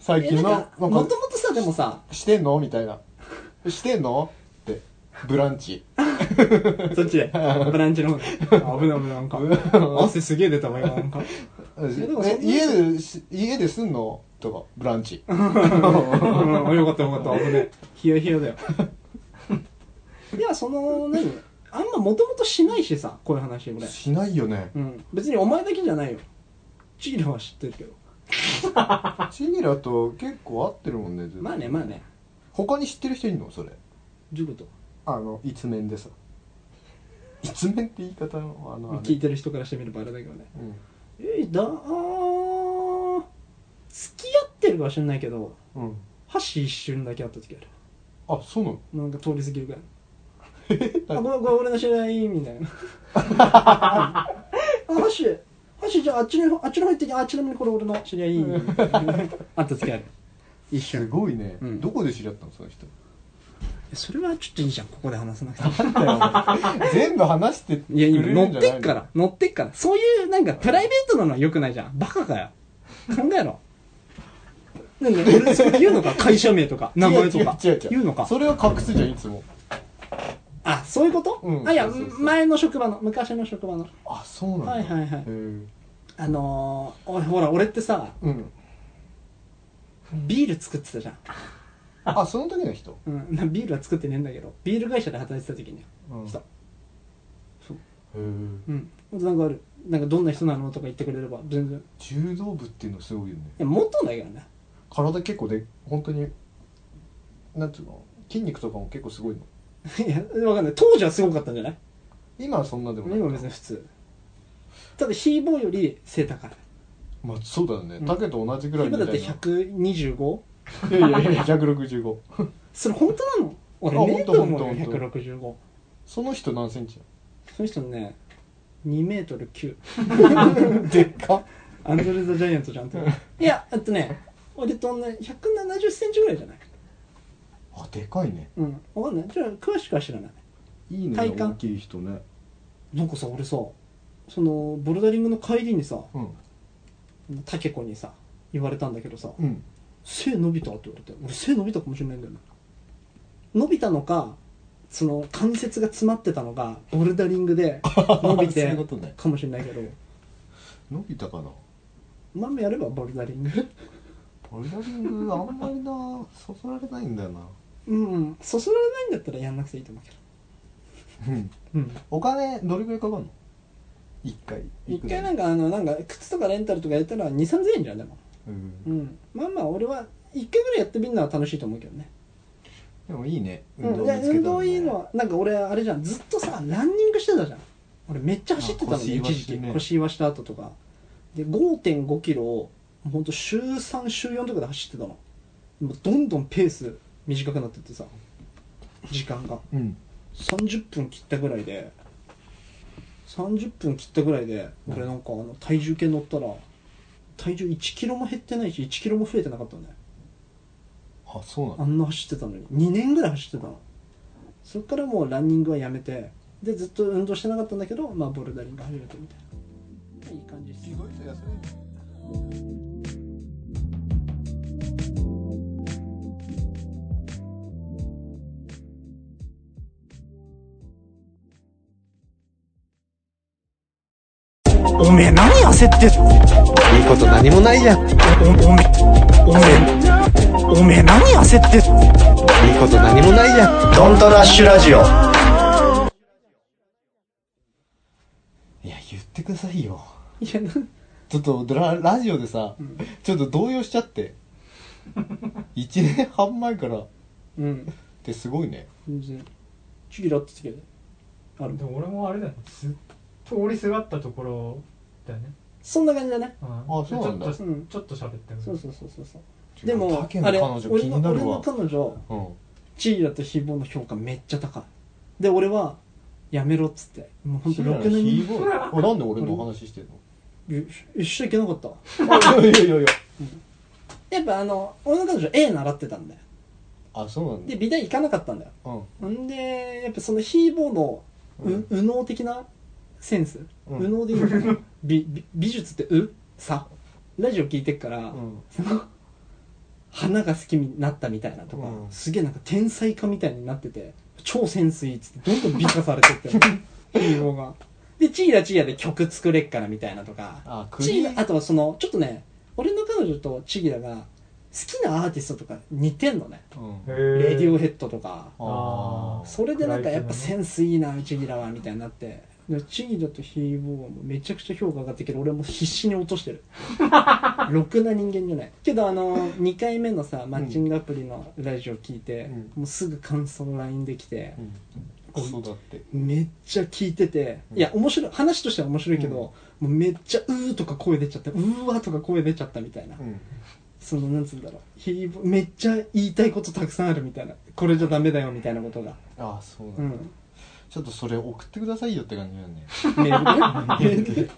Speaker 1: 最
Speaker 3: え
Speaker 1: 近
Speaker 3: な
Speaker 1: の
Speaker 3: ん
Speaker 1: なん
Speaker 3: か
Speaker 1: か
Speaker 3: もともとさでも さ
Speaker 1: してんのみたいなしてんのってブランチ
Speaker 3: そっちで。ブランチの方が。危ない危ない、なんか。 汗すげえ出たわ、今、なんか。やでもそんな
Speaker 1: え家でし家ですんのとかブランチ
Speaker 3: うんよかったよかった、危ねえ。ヒヤヒヤだ よ。いや、その、何あんまもともとしないしさ、こういう話、俺。
Speaker 1: しないよね
Speaker 3: うん。別にお前だけじゃないよ。チーラは知ってるけど。
Speaker 1: シギラと結構合ってるもんねずっと
Speaker 3: まあね、まあね。
Speaker 1: 他に知ってる人いんのそれ
Speaker 3: どういうこ
Speaker 1: あの一面でさ一面って言い方のあのあ
Speaker 3: と
Speaker 1: れ
Speaker 3: 聞いてる人からしてみればあれだけどね。
Speaker 1: うん
Speaker 3: えい、だ、あー付き合ってるかは知んないけど、
Speaker 1: うん
Speaker 3: 箸一瞬だけ会った時ある。
Speaker 1: あそうなの
Speaker 3: なんか通り過ぎるからい。 あ、ごめん、ごめん、俺の知り合い、みたいな。 あ、ハッシュ、ハッシュ、じゃあ、あっちの、あっちの方行ってきて、あ、ちなみにこれ俺の知り合い、みた いな。あった付き合いある。一
Speaker 1: す
Speaker 3: 瞬。
Speaker 1: ごいね、
Speaker 3: うん
Speaker 1: どこで知り合ったのその人
Speaker 3: それはちょっといいじゃん、ここで話さなくて も。
Speaker 1: 全部話してく
Speaker 3: いや、
Speaker 1: れ
Speaker 3: 今
Speaker 1: るんじ
Speaker 3: 乗
Speaker 1: ゃ
Speaker 3: っ
Speaker 1: な
Speaker 3: て
Speaker 1: い
Speaker 3: っから、乗ってっから。そういう、なんか、プライベートなのは良くないじゃん。バカかよ。考えろ。 なんで、俺、それ言うのか会社名とか、名前とか。
Speaker 1: 違う違う違う
Speaker 3: 言うのか。
Speaker 1: それは隠すじゃんいつも
Speaker 3: あ、そういうこと、
Speaker 1: うん
Speaker 3: あ、いや、
Speaker 1: そうそうそう
Speaker 3: 前の職場の、昔の職場の。
Speaker 1: あそうなんだ
Speaker 3: はいはいはい
Speaker 1: へー
Speaker 3: あのー、おいほら俺ってさ
Speaker 1: うん
Speaker 3: ビール作ってたじゃん、
Speaker 1: あその時の人、
Speaker 3: うんな、ビールは作ってねえんだけどビール会社で働いてた時に
Speaker 1: うん、
Speaker 3: そうそう
Speaker 1: へー
Speaker 3: うんなんかあるなんかどんな人なのとか言ってくれれば全然い
Speaker 1: 柔道部っていうのすごいよね
Speaker 3: や元だけどね
Speaker 1: 体結構で本当になんていうの筋肉とかも結構すごいの
Speaker 3: いやわかんない当時はすごかったんじゃない
Speaker 1: 今はそんなでもない
Speaker 3: 今別に普通ただヒーボーより背高い
Speaker 1: まあそうだよね
Speaker 3: うん
Speaker 1: 竹と同じぐらい
Speaker 3: ヒー
Speaker 1: み
Speaker 3: ボ
Speaker 1: た
Speaker 3: ー
Speaker 1: い
Speaker 3: だ
Speaker 1: な
Speaker 3: って125
Speaker 1: いやいやいや165
Speaker 3: それ本当なの
Speaker 1: あ
Speaker 3: 俺ねえ
Speaker 1: 本当
Speaker 3: と思うよ
Speaker 1: 本当本
Speaker 3: 165
Speaker 1: その人何センチ
Speaker 3: その人ね2メートル9
Speaker 1: でっか
Speaker 3: アンドレ・ザ・ジャイアントじゃ んっていやあとね俺とね1 7 0センチぐらいじゃない
Speaker 1: あでかいね
Speaker 3: うんわかんないちょっと詳しくは知らない
Speaker 1: いいね
Speaker 3: 体幹
Speaker 1: 大きい人ね
Speaker 3: なんかさ俺さそのボルダリングの帰りにさ
Speaker 1: うん
Speaker 3: タケコにさ言われたんだけどさ
Speaker 1: うん
Speaker 3: 背伸びたって言われて俺背伸びたかもしれないんだよね伸びたのかその関節が詰まってたのがボルダリング で伸び
Speaker 1: そうい
Speaker 3: て
Speaker 1: うことね
Speaker 3: かもしれないけど
Speaker 1: 伸びたかな
Speaker 3: お前もやればボルダリング
Speaker 1: ボルダリングあんまりなそそられないんだよな
Speaker 3: うんうんそそられないんだったらやんなくていいと思うけど
Speaker 1: うん
Speaker 3: うん
Speaker 1: お金どれぐらいかかるの一回い
Speaker 3: 一
Speaker 1: くら
Speaker 3: 回なんかあのなんか靴とかレンタルとかやったら2 3 0 0 0円じゃんでも
Speaker 1: うん
Speaker 3: うんまあまあ俺は一回ぐらいやってみるのは楽しいと思うけどね
Speaker 1: でもいいね
Speaker 3: うん、
Speaker 1: 見
Speaker 3: いや
Speaker 1: つけ
Speaker 3: 運
Speaker 1: た
Speaker 3: 動
Speaker 1: ね
Speaker 3: いいのはなんか俺あれじゃんずっとさランニングしてたじゃん俺めっちゃ走ってたの
Speaker 1: あ腰
Speaker 3: ね
Speaker 1: 言わして
Speaker 3: 一時期
Speaker 1: ね
Speaker 3: 腰言わした後とかで5 5キロをほんと週3週4とかで走ってたのもうどんどんペース短くなってってさ時間が
Speaker 1: うん
Speaker 3: 30分切ったぐらいで30分切ったぐらいで俺なんかあの体重計乗ったら体重1キロも減ってないし1キロも増えてなかったのね
Speaker 1: あそうな
Speaker 3: あ
Speaker 1: の
Speaker 3: んな走ってたのに2年ぐらい走ってたのそっからもうランニングはやめてでずっと運動してなかったんだけど、まあ、ボルダリング始めたみたいないい感じです
Speaker 1: 意外と痩せない
Speaker 4: おめえ何焦っていいこと何もないじゃんおめおめおめえ何焦っていいこと何もないじゃんドントラッシュラジオ
Speaker 1: いや言ってくださいよ
Speaker 3: いやなん
Speaker 1: ちょっとララジオでさ、ちょっと動揺しちゃって1年半前からっ
Speaker 3: うん
Speaker 1: てすごいね
Speaker 3: 全然チキラってつけてある
Speaker 5: でも俺もあれだよねずっと通りすがったところだよね、
Speaker 3: そんな感じだね
Speaker 5: うん、
Speaker 1: あそうなんだ
Speaker 5: ちょっと
Speaker 3: うん
Speaker 5: ちょっと喋ってる
Speaker 3: そうそうそうそうそうでも
Speaker 1: 竹野
Speaker 3: あれ
Speaker 1: 彼女気
Speaker 3: 俺
Speaker 1: に
Speaker 3: の
Speaker 1: な
Speaker 3: 俺
Speaker 1: るわ
Speaker 3: の彼女
Speaker 1: うん
Speaker 3: チーラとヒーボーの評価めっちゃ高いで俺はやめろっつってもうほんと6年
Speaker 1: ヒ
Speaker 3: に
Speaker 1: ーボーイこれなんで俺の話してん
Speaker 3: 一緒いけなかった
Speaker 1: のいやいやいや
Speaker 3: やっぱあの俺の彼女 A 習ってたんだよ
Speaker 1: あそうなんだ
Speaker 3: で美大行かなかったんだよ
Speaker 1: うん
Speaker 3: んでやっぱそのヒーボーの、う
Speaker 1: うん
Speaker 3: 右脳的なセンス、
Speaker 1: うん
Speaker 3: 右脳でいいのかな美美美術って「う」「さ」ラジオ聞いてっから、
Speaker 1: うん
Speaker 3: その花が好きになったみたいなと
Speaker 1: う
Speaker 3: か、
Speaker 1: ん
Speaker 3: すげえなんか天才家みたいになってて超センスいいっつってどんどん美化されて ってヒーボーがでチーラチーラで曲作れっからみたいなとか
Speaker 1: あク
Speaker 3: チ
Speaker 1: リ
Speaker 3: ーラあとはそのちょっとね俺の彼女とチギラが好きなアーティストとか似てんのね
Speaker 1: うん
Speaker 5: レ
Speaker 3: レディオヘッドとか
Speaker 1: あー
Speaker 3: それでなんかやっぱセンスいいなうちぎらはみたいになってでチギラとヒーボーはもうめちゃくちゃ評価上がってるけど俺はもう必死に落とし てるろくな人間じゃないけどあの2回目のさマッチングアプリのラジオ聞いて、
Speaker 1: うん
Speaker 3: もうすぐ感想 LINE できて、
Speaker 1: うんクソだって
Speaker 3: めっちゃ聞いてて、
Speaker 1: うん
Speaker 3: いや面白い話としては面白いけど、もうめっちゃ「うー」とか声出ちゃった「うーわ」とか声出ちゃったみたいな、
Speaker 1: うん
Speaker 3: そのなんつうんだろうひーめっちゃ言いたいことたくさんあるみたいなこれじゃダメだよみたいなことが
Speaker 1: あそうなん
Speaker 3: う
Speaker 1: だ
Speaker 3: ん
Speaker 1: ちょっとそれ送ってくださいよって感じだよね
Speaker 3: メールでメールで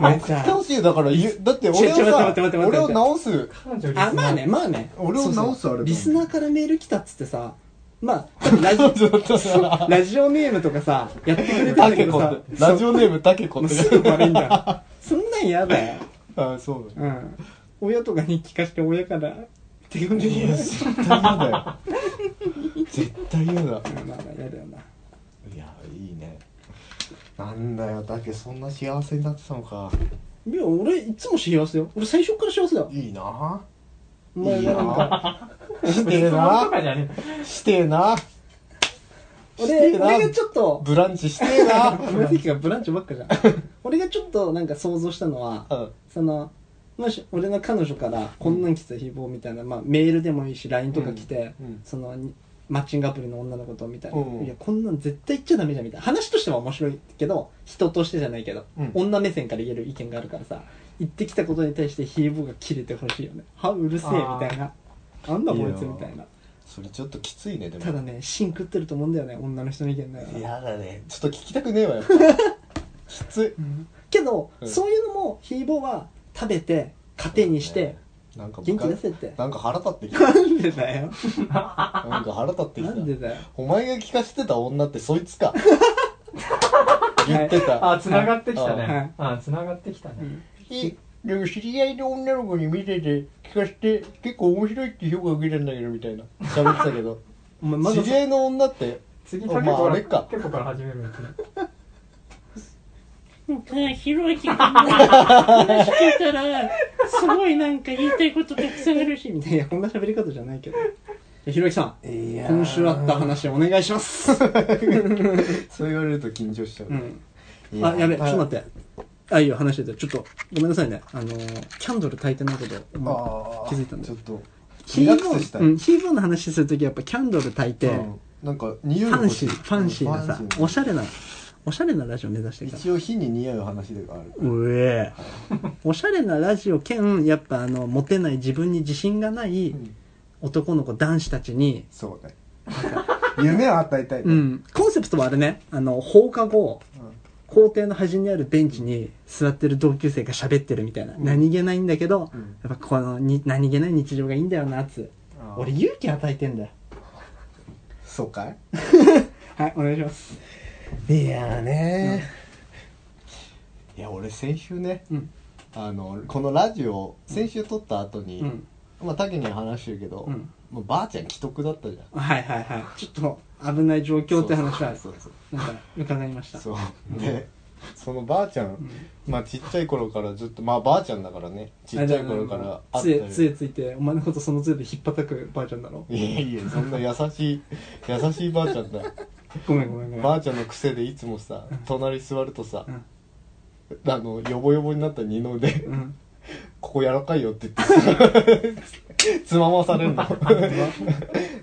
Speaker 3: めっち
Speaker 1: 送っ
Speaker 3: ゃ
Speaker 1: てほしいよだからゆだって俺を
Speaker 3: ちょちょ待
Speaker 1: さ
Speaker 3: って待って待っ
Speaker 1: 俺
Speaker 3: て
Speaker 1: を直す
Speaker 5: 彼女リスナー
Speaker 3: あまあねまあね
Speaker 1: 俺を直すあれだもん
Speaker 3: リスナーからメール来たっつってさまあ多分ラ ジラジオネームとかさやってくれてた
Speaker 1: タ
Speaker 3: け
Speaker 1: ケ
Speaker 3: ど
Speaker 1: コ
Speaker 3: さ
Speaker 1: ってラジオネームタケコ
Speaker 3: も
Speaker 1: っ
Speaker 3: うすぐ
Speaker 1: て
Speaker 3: バレんじゃんそんなんやだよ
Speaker 1: あそうだ
Speaker 3: うん親とかに聞かして親から手紙
Speaker 1: いや
Speaker 3: で
Speaker 1: 絶対嫌だよ 絶対嫌だ
Speaker 3: まあまあやだ よない
Speaker 1: やいいねなんだよだけそんな幸せになってたのか
Speaker 3: いや俺いつも幸せよ俺最初から幸せだよ
Speaker 1: いいな
Speaker 3: お前
Speaker 1: いい
Speaker 3: がなんか
Speaker 1: なしてえ
Speaker 5: 質問と
Speaker 1: な
Speaker 5: かじゃねえ
Speaker 1: してえなして
Speaker 3: 俺
Speaker 1: えな
Speaker 3: 俺がちょっと
Speaker 1: ブランチしてえ な
Speaker 3: 俺的がブランチばっ かじゃん俺がちょっとなんか想像したのは
Speaker 1: うん
Speaker 3: そのもし俺の彼女からこんなん来た希望みたいな、まあ、メールでもいいし LINE とか来て、
Speaker 1: うんうん
Speaker 3: そのにマッチングアプリの女の子とみたいな、
Speaker 1: うん
Speaker 3: いやこんなん絶対言っちゃダメじゃんみたいな話としては面白いけど人としてじゃないけど、
Speaker 1: うん
Speaker 3: 女目線から言える意見があるからさ言ってきたことに対してヒーボーが切れてほしいよねはうるせえみたいななんだこいつみたいな
Speaker 1: それちょっときついねでも
Speaker 3: ただね芯食ってると思うんだよね女の人の意見だから
Speaker 1: 嫌だねちょっと聞きたくねえわやっぱきつ
Speaker 3: けど、
Speaker 1: うん
Speaker 3: そういうのもヒーボーは食べて糧
Speaker 1: い
Speaker 3: にして、
Speaker 1: なんか
Speaker 3: 元気出
Speaker 1: 昔
Speaker 3: せって
Speaker 1: なんか腹立って きた
Speaker 3: なんでだよ
Speaker 1: なんか腹立ってき
Speaker 3: な
Speaker 1: た
Speaker 3: んでだよ
Speaker 1: お前が聞かせてた女ってそいつか 言ってた
Speaker 5: あ繋がってきた
Speaker 3: はい
Speaker 5: ねあ繋がってきたね
Speaker 1: いでも知り合いの女の子に見せて聞かせて結構面白いって評価受けたんだけどみたいな喋ってたけど
Speaker 3: お 前まだ
Speaker 1: 知り合いの女って
Speaker 5: 次
Speaker 1: お
Speaker 5: タケ
Speaker 1: 前
Speaker 5: コ
Speaker 1: あ
Speaker 5: から
Speaker 1: れか
Speaker 5: タケコから始めるんですね
Speaker 2: なんか、ひろゆき君の話聞いたら、すごいなんか言いたいことたくさんあるし、みたい
Speaker 3: いやこんな喋り方じゃないけどえひろゆきさん
Speaker 1: いやー
Speaker 3: 今週あった話お願いします
Speaker 1: そう言われると緊張しちゃう、
Speaker 3: うん
Speaker 1: い
Speaker 3: あやべちょっと待ってあいいよ話しててちょっとごめんなさいねあのーキャンドル焚いてないこと
Speaker 1: あー
Speaker 3: 気づいたんだ
Speaker 1: ちょっと
Speaker 3: ヒ
Speaker 1: リラッ
Speaker 3: ーボ
Speaker 1: クスした
Speaker 3: ー、
Speaker 1: い、
Speaker 3: うん、ヒーボーの話するときやっぱキャンドル焚いて、
Speaker 1: うんなんか匂い
Speaker 3: フ
Speaker 1: が
Speaker 3: ァ
Speaker 1: 欲
Speaker 3: ン
Speaker 1: し
Speaker 3: シ
Speaker 1: い
Speaker 3: ーファンシーなさ
Speaker 1: ファンシー
Speaker 3: おしゃれなおしゃれなラジオ目指してるから
Speaker 1: 一応火に似合う話ではある
Speaker 3: うえおしゃれなラジオ兼やっぱあのモテない自分に自信がない
Speaker 1: うん
Speaker 3: 男の子男子たちに、
Speaker 1: そうね 夢を与えたい、
Speaker 3: うん、コンセプトはあれねあの放課後
Speaker 1: うん
Speaker 3: 校庭の端にあるベンチに座ってる同級生が喋ってるみたいな、
Speaker 1: ん
Speaker 3: 何気ないんだけど、
Speaker 1: うん
Speaker 3: やっぱこのに何気ない日常がいいんだよなっつ
Speaker 1: あー
Speaker 3: 俺勇気与えてんだよ
Speaker 1: そうかい
Speaker 3: はいお願いします
Speaker 1: いやーねーいや俺先週ね、
Speaker 3: うん
Speaker 1: あのこのラジオ先週撮った後に、
Speaker 3: うん
Speaker 1: まあ竹には話してるけど、
Speaker 3: うん
Speaker 1: もうばあちゃん既得だったじゃん
Speaker 3: はいはいはいちょっと危ない状況って話は
Speaker 1: そうそう
Speaker 3: なんか伺いました
Speaker 1: そうそうでそのばあちゃん、まあちっちゃい頃からずっとまあばあちゃんだからねちっちゃい頃から
Speaker 3: あ
Speaker 1: 会
Speaker 3: れ
Speaker 1: っ
Speaker 3: だ
Speaker 1: た
Speaker 3: よね
Speaker 1: り
Speaker 3: 杖杖ついてお前のことその杖で引っ叩くばあちゃん だろ
Speaker 1: いやいやそんな優しい 優しいばあちゃんだ
Speaker 3: ごめんごめんごめん
Speaker 1: ばあちゃんの癖でいつもさ隣座るとさ、
Speaker 3: ん
Speaker 1: あのヨボヨボになった二の腕、
Speaker 3: うん
Speaker 1: ここ柔らかいよって言 ってつままされるの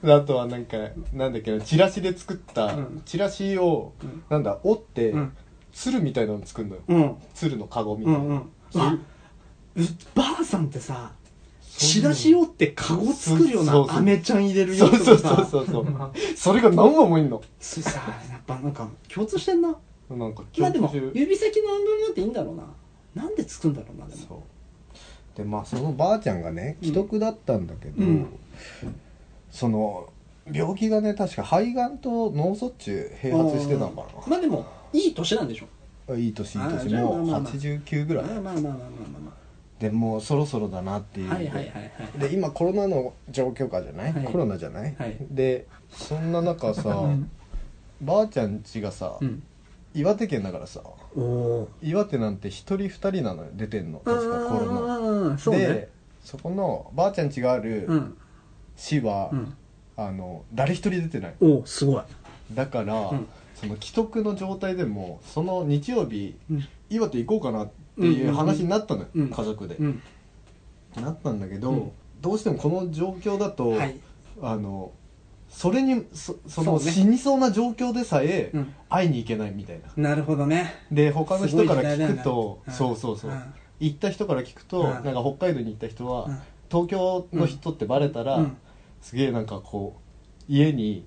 Speaker 1: あとはなんかなんだっけなチラシで作った、
Speaker 3: うん
Speaker 1: チラシを、なんだ折って、
Speaker 3: うん
Speaker 1: 鶴みたいなの作るのよ、
Speaker 3: うん
Speaker 1: 鶴のカゴみ
Speaker 3: う
Speaker 1: たいな、
Speaker 3: んうん
Speaker 1: そういう
Speaker 3: うばあさんってさチラシをってカゴ作るような
Speaker 1: そうそう
Speaker 3: アメちゃん入れるよ
Speaker 1: そう
Speaker 3: とかさ
Speaker 1: そうそうそうそう
Speaker 5: ま
Speaker 1: それが何本もいんの
Speaker 3: そうさやっぱなんか共通してんな
Speaker 1: なんか
Speaker 3: まあでも
Speaker 1: 中
Speaker 3: 指先の運動になっていいんだろうななんでつくんだろうなでも
Speaker 1: そうでまあそのばあちゃんがね既得だったんだけど、
Speaker 3: うん
Speaker 1: その病気がね確か肺がんと脳卒中併発してたのか
Speaker 3: まあでもいい年なんでしょ
Speaker 1: なあいい年いい
Speaker 3: あー
Speaker 1: 年
Speaker 3: じゃあ
Speaker 1: もう
Speaker 3: まあまあ
Speaker 1: 89ぐ
Speaker 3: ま
Speaker 1: ら
Speaker 3: あ
Speaker 1: い
Speaker 3: まあまあまあまあま
Speaker 1: でもうそろそろだなっていう、
Speaker 3: あはいはいはいはい
Speaker 1: で今コロナの状況下じゃない、
Speaker 3: はい
Speaker 1: コロナじゃない、
Speaker 3: はい
Speaker 1: でそんな中さ、
Speaker 5: ん
Speaker 1: ばあちゃん家がさ、
Speaker 3: うん
Speaker 1: 岩手県だからさ
Speaker 3: おお
Speaker 1: 岩手なんて一人二人なのよ出てんの確かコロナ
Speaker 3: うんそうね
Speaker 1: でそこのばあちゃん家がある
Speaker 3: うん
Speaker 1: 市は、
Speaker 3: うん
Speaker 1: あの誰一人出てない
Speaker 3: おおすごい
Speaker 1: だから、
Speaker 3: ん
Speaker 1: その既得の状態でもその日曜日、
Speaker 3: うん
Speaker 1: 岩手行こうかなっていう話になったのよ、
Speaker 3: うんうんうん
Speaker 1: 家族で、
Speaker 3: うん
Speaker 1: なったんだけど、
Speaker 3: うん
Speaker 1: どうしてもこの状況だと、
Speaker 3: はい
Speaker 1: あのそれにそその
Speaker 3: そうね
Speaker 1: 死にそうな状況でさえ、
Speaker 3: うん
Speaker 1: 会いに行けないみたいな
Speaker 3: なるほどね
Speaker 1: で他の人から聞くと
Speaker 3: すごい時代だよな
Speaker 1: そうそうそう、
Speaker 3: ん
Speaker 1: 行った人から聞くと、
Speaker 3: うん
Speaker 1: なんか北海道に行った人は、
Speaker 3: うん
Speaker 1: 東京の人ってバレたら、
Speaker 3: うん
Speaker 1: すげえなんかこう家に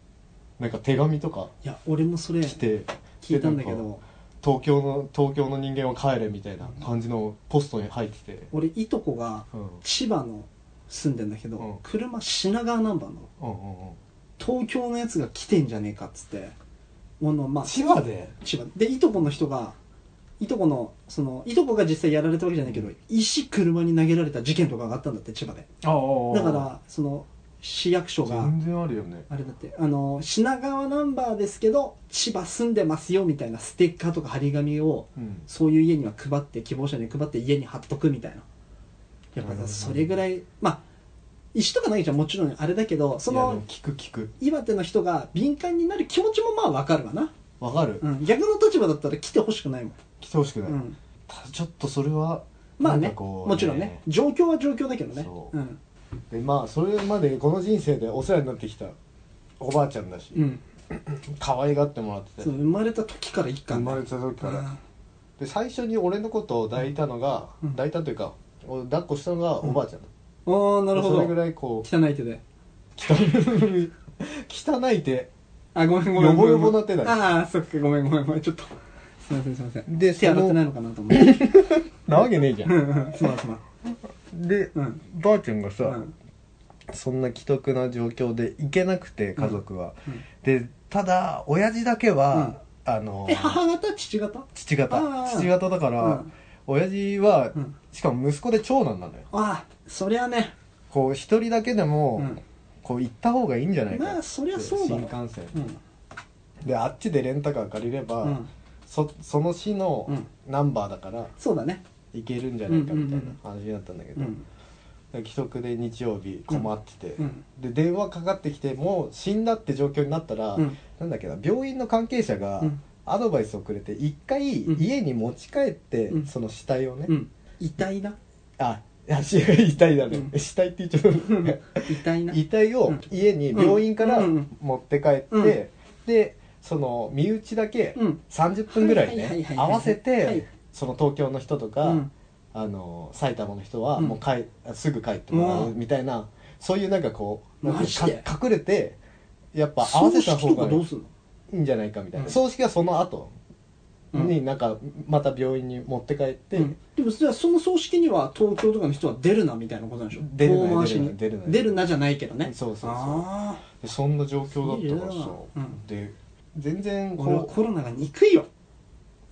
Speaker 1: なんか手紙とか
Speaker 3: いや俺もそれ
Speaker 1: 来て
Speaker 3: 聞いたんだけ
Speaker 1: でなんか
Speaker 3: ど
Speaker 1: 東京の東京の人間は帰れみたいな感じのポストに入ってて、
Speaker 3: 俺いとこが
Speaker 1: うん、うん
Speaker 3: 千葉の住んでんだけど、
Speaker 1: うん
Speaker 3: 車品川ナンバーの
Speaker 1: うんうん
Speaker 3: 東京のやつが来てんじゃねえかっつってあのまあ
Speaker 1: 千葉で
Speaker 3: 千葉でいとこの人がいとこのそのいとこが実際やられたわけじゃないけど石車に投げられた事件とかがあったんだって千葉で
Speaker 1: ああ
Speaker 3: だからその市役所が
Speaker 1: 全然あるよね
Speaker 3: あれだってあの品川ナンバーですけど千葉住んでますよみたいなステッカーとか張り紙を
Speaker 1: うん
Speaker 3: そういう家には配って希望者に配って家に貼っとくみたいなやっぱさそれぐらいまあ石とか投げちゃもちろんあれだけどそ
Speaker 1: いやで
Speaker 3: の
Speaker 1: も聞く聞く
Speaker 3: 岩手の人が敏感になる気持ちもまあわかるわな、
Speaker 1: わかる、
Speaker 3: うん、逆の立場だったら来てほしくないもん、
Speaker 1: 来てほしくない、
Speaker 3: うん、
Speaker 1: ただちょっとそれは
Speaker 3: まあ
Speaker 1: なん
Speaker 3: ね
Speaker 1: かこう
Speaker 3: もちろんね状況は状況だけどね
Speaker 1: そう
Speaker 3: うん
Speaker 1: でまあそれまでこの人生でお世話になってきたおばあちゃんだし、
Speaker 3: うん、
Speaker 1: 可愛がってもらって
Speaker 3: そう
Speaker 1: て
Speaker 3: 生まれた時から一
Speaker 1: 生
Speaker 3: 貫
Speaker 1: まれた時から、で最初に俺のことを抱いたのが、
Speaker 3: うん
Speaker 1: 抱いたというかお抱っこしたのがおばあちゃんだ、
Speaker 3: ああなるほ
Speaker 1: それぐ
Speaker 3: ど
Speaker 1: らいこう
Speaker 3: 汚い手で
Speaker 1: 汚い汚い手
Speaker 3: あごめんごめん
Speaker 1: よぼよぼ
Speaker 3: ごめん
Speaker 1: な手だよ
Speaker 3: ああそっかごめんごめんごめんちょっとすいませんすいません
Speaker 1: で
Speaker 3: 手洗っ
Speaker 1: そ
Speaker 3: て
Speaker 1: の
Speaker 3: ないのかなと思って
Speaker 1: なわけねえじゃ
Speaker 3: うんんうんすまんすまん
Speaker 1: で
Speaker 3: うん
Speaker 1: ばあちゃんがさ、
Speaker 3: うん
Speaker 1: そんな既得な状況で行けなくて家族は、
Speaker 3: うんうん
Speaker 1: でただ親父だけは、あ の
Speaker 3: え母方父方
Speaker 1: 父方
Speaker 3: あー
Speaker 1: 父方だから、
Speaker 3: うん
Speaker 1: 親父は、
Speaker 3: うん
Speaker 1: しかも息子で長男なのよ
Speaker 3: ああそりゃね
Speaker 1: こう一人だけでも、
Speaker 3: うん
Speaker 1: こう行った方がいいんじゃないかって
Speaker 3: まあそりゃそうだろ
Speaker 1: 新幹線
Speaker 3: うん
Speaker 1: であっちでレンタカー借りれば、
Speaker 3: うん
Speaker 1: そその市の
Speaker 3: うん
Speaker 1: ナンバーだから
Speaker 3: そうだね
Speaker 1: 行けるんじゃないかみたい
Speaker 3: うんうんうんうん
Speaker 1: な話になったんだけど、
Speaker 3: うん
Speaker 1: で既得で日曜日困ってて、
Speaker 3: うん
Speaker 1: で電話かかってきてもう死んだって状況になったら、
Speaker 3: うん
Speaker 1: なんだっけな病院の関係者が
Speaker 3: うん
Speaker 1: アドバイスをくれて一回
Speaker 3: うん
Speaker 1: 家に持ち帰って、
Speaker 3: うん
Speaker 1: その死体をね、
Speaker 3: うん遺体な
Speaker 1: あいや死遺体だね、
Speaker 3: うん
Speaker 1: 死体って言っちゃう
Speaker 3: 遺体な
Speaker 1: 遺体を
Speaker 3: うん
Speaker 1: 家に病院から
Speaker 3: うんうん
Speaker 1: 持って帰って、
Speaker 3: うん
Speaker 1: でその身内だけ
Speaker 3: うん
Speaker 1: 30分ぐらい
Speaker 3: はいはい
Speaker 1: ね
Speaker 3: はいはい
Speaker 1: 合わせて、
Speaker 3: はい
Speaker 1: その東京の人とか、
Speaker 3: うん
Speaker 1: あの埼玉の人は
Speaker 3: うん
Speaker 1: もう帰、すぐ帰ってもらうみたいな、そういうなんかこうなんか
Speaker 3: マジで
Speaker 1: か隠れてやっぱ合わ
Speaker 3: 葬
Speaker 1: せた
Speaker 3: 式
Speaker 1: 方
Speaker 3: とか
Speaker 1: が
Speaker 3: どうすんの
Speaker 1: いいんじゃないかみたいな、
Speaker 3: うん
Speaker 1: 葬式はその後
Speaker 3: うん
Speaker 1: になんかまた病院に持って帰って、
Speaker 3: うんでもじゃあその葬式には東京とかの人は出るなみたいなことなんでしょ
Speaker 1: 出るな
Speaker 3: 遠回しに
Speaker 1: 出るな出るな
Speaker 3: 出るなじゃないけどね
Speaker 1: そうそうそう
Speaker 3: あ
Speaker 1: でそんな状況だったから
Speaker 3: いい
Speaker 1: さ
Speaker 3: よ、うん
Speaker 1: で全然
Speaker 3: あ俺は
Speaker 1: こ
Speaker 3: コロナが憎いよ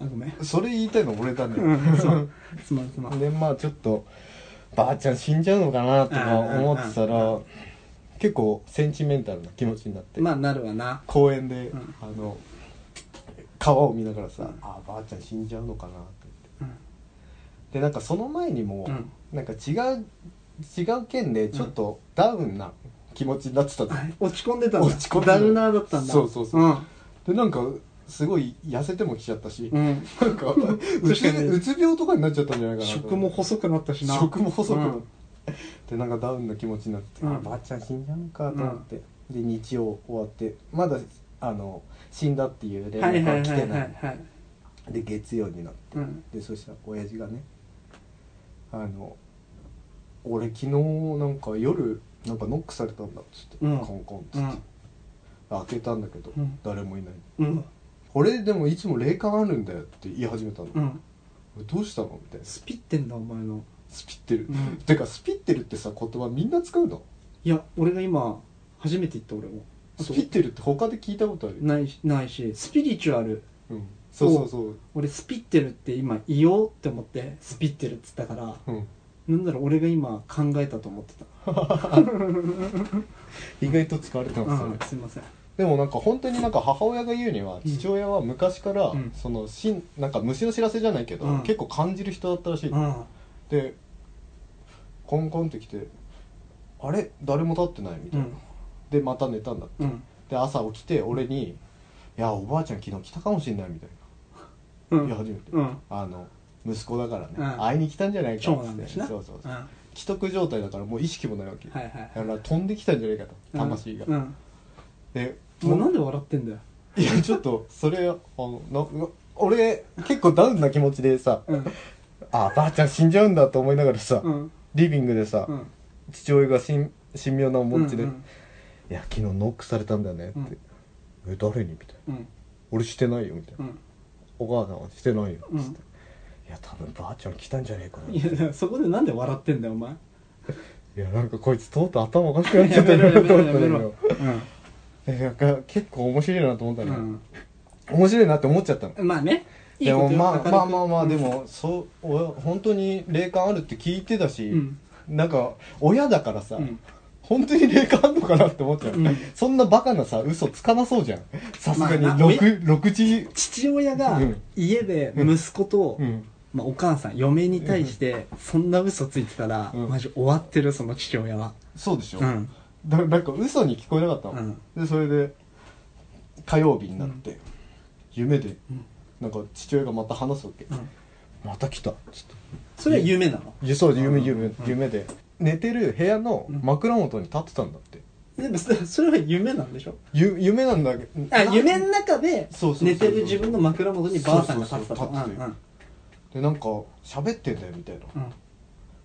Speaker 3: あごめん
Speaker 1: うそれ言いたいの俺だね、
Speaker 3: うんすまんすまんすまん
Speaker 1: でまあちょっとばあちゃん死んじゃうのかなとか思ってた
Speaker 3: うんうん
Speaker 1: ら結構センチメンタルな気持ちになって、
Speaker 3: まあなるわな
Speaker 1: 公園で、
Speaker 3: うん
Speaker 1: あの川を見ながらさ、
Speaker 3: うん
Speaker 1: ああばあちゃん死んじゃうのかなって
Speaker 3: う
Speaker 1: 言
Speaker 3: ん
Speaker 1: って、でなんかその前にも、
Speaker 3: うん
Speaker 1: なんか違う違う県でちょっとダウンな気持ちになってたの、
Speaker 3: 落ち込んでたんだ
Speaker 1: 落ち込んでた
Speaker 3: ダウナーだったんだ
Speaker 1: そうそうそう
Speaker 3: うん
Speaker 1: でなんかすごい痩せてもきちゃったし、
Speaker 3: うん
Speaker 1: なんかうつ
Speaker 3: 確かに
Speaker 1: うつ病とかになっちゃったんじゃないかなと思って
Speaker 3: 食も細くなったしな
Speaker 1: 食も細くなって、
Speaker 3: うん
Speaker 1: でなんかダウンな気持ちになって、
Speaker 3: うん
Speaker 1: あばあちゃん死んじゃうのかと思って、で日曜終わってまだあの死んだっていう連
Speaker 3: はい
Speaker 1: 絡
Speaker 3: はい
Speaker 1: は
Speaker 3: はい
Speaker 1: 来て
Speaker 3: はい
Speaker 1: な
Speaker 3: は
Speaker 1: いいで月曜になって、
Speaker 3: うん
Speaker 1: でそしたら親父がねあの俺昨日なんか夜なんかノックされたんだっつって、
Speaker 3: うん
Speaker 1: コンコンっつって、
Speaker 3: うん
Speaker 1: 開けたんだけど、
Speaker 3: うん
Speaker 1: 誰もいない
Speaker 3: うん
Speaker 1: 俺でもいつも霊感あるんだよって言い始めたの、
Speaker 3: うん
Speaker 1: 俺どうしたのみたいな
Speaker 3: スピってんだお前の
Speaker 1: スピってる、
Speaker 3: うん
Speaker 1: てかスピってるってさ言葉みんな使うの
Speaker 3: いや俺が今初めて言った俺も
Speaker 1: スピってるって他で聞いたことある、
Speaker 3: ないしないしスピリチュアル
Speaker 1: うん、そうそうそう
Speaker 3: 俺スピってるって今言おうって思ってスピってるっつったから
Speaker 1: うん、
Speaker 3: なんだろう俺が今考えたと思ってた
Speaker 1: 意外と使われてます、
Speaker 3: うん
Speaker 1: それ
Speaker 3: すいません
Speaker 1: でもなんか本当になんか母親が言うには父親は昔から、
Speaker 3: うん
Speaker 1: そのしんなんか虫の知らせじゃないけど、
Speaker 3: うん
Speaker 1: 結構感じる人だったらしい、
Speaker 3: うん
Speaker 1: でコンコンって来て「あれ誰も立ってない」みた
Speaker 3: う
Speaker 1: いな、
Speaker 3: ん
Speaker 1: でまた寝たんだ
Speaker 3: うん
Speaker 1: で朝起きて俺に「いやおばあちゃん昨日来たかもしんない」みたいな
Speaker 3: うん
Speaker 1: いや初めて、
Speaker 3: うん
Speaker 1: あの息子だからね、
Speaker 3: うん
Speaker 1: 会いに来たんじゃないか
Speaker 3: 長
Speaker 1: っつっ
Speaker 3: 男
Speaker 1: て
Speaker 3: だしな
Speaker 1: そうそうそううん
Speaker 3: はい
Speaker 1: 既得状態だからもう意識もないわけ、
Speaker 3: はいはい
Speaker 1: だから飛んできたんじゃないかと魂が、
Speaker 3: うん
Speaker 1: で
Speaker 3: もうなんで笑ってんだよ
Speaker 1: いやちょっとそれあのなうわ俺結構ダウンな気持ちでさ
Speaker 3: うん
Speaker 1: あばあちゃん死んじゃうんだと思いながらさ、
Speaker 3: うん
Speaker 1: リビングでさ、
Speaker 3: うん
Speaker 1: 父親がしん神妙な面持ちで、
Speaker 3: うん
Speaker 1: いや昨日ノックされたんだよね」って「え誰に?」みたいな
Speaker 3: うん
Speaker 1: 「俺してないよ」みたいな
Speaker 3: うん
Speaker 1: 「お母さんはしてないよ」
Speaker 3: うん
Speaker 1: つって「いや多分ばあちゃん来たんじゃねえかな」
Speaker 3: いやだからそこでなんで笑ってんだよお前
Speaker 1: いやなんかこいつとうとう頭おかしくなっちゃったなと思ったんだけどえなんか結構面白いなと思った
Speaker 3: う
Speaker 1: のよ、
Speaker 3: ん
Speaker 1: 面白いなって思っちゃったの
Speaker 3: うんまあねいい
Speaker 1: で
Speaker 3: こ
Speaker 1: も
Speaker 3: とよ
Speaker 1: ま
Speaker 3: 明る
Speaker 1: あ
Speaker 3: く
Speaker 1: まあまあまあでもそう俺本当に霊感あるって聞いてたし、
Speaker 3: うん
Speaker 1: なんか親だからさ、
Speaker 3: うん
Speaker 1: 本当に霊感あんのかなって思っちゃう、
Speaker 3: うん
Speaker 1: そんなバカなさ嘘つかなそうじゃんさすがに
Speaker 3: まあな
Speaker 1: 六六時
Speaker 3: 父親が
Speaker 1: うん
Speaker 3: 家で息子と
Speaker 1: うん
Speaker 3: まあ、お母さん嫁に対してそんな嘘ついてたら、
Speaker 1: うん
Speaker 3: マジ終わってるその父親は
Speaker 1: そうでしょ、
Speaker 3: うん
Speaker 1: だからなんか嘘に聞こえなかったの、でそれで火曜日になって、夢で、
Speaker 3: ん
Speaker 1: なんか父親がまた話すわけ、
Speaker 3: ん
Speaker 1: また来たちょっ
Speaker 3: それは夢なの
Speaker 1: といやそう夢夢、夢で寝てる部屋の枕元に立ってたんだって、
Speaker 3: でもそそれは夢なんでしょ
Speaker 1: ゆ夢なんだけど
Speaker 3: あ
Speaker 1: な
Speaker 3: 夢の中で
Speaker 1: そうそうそう
Speaker 3: 寝てる自分の枕元にばあさんが立ってた
Speaker 1: そう
Speaker 3: と
Speaker 1: そうそう立ってて
Speaker 3: うん
Speaker 1: でなんか喋ってんだよみたいな、
Speaker 3: うん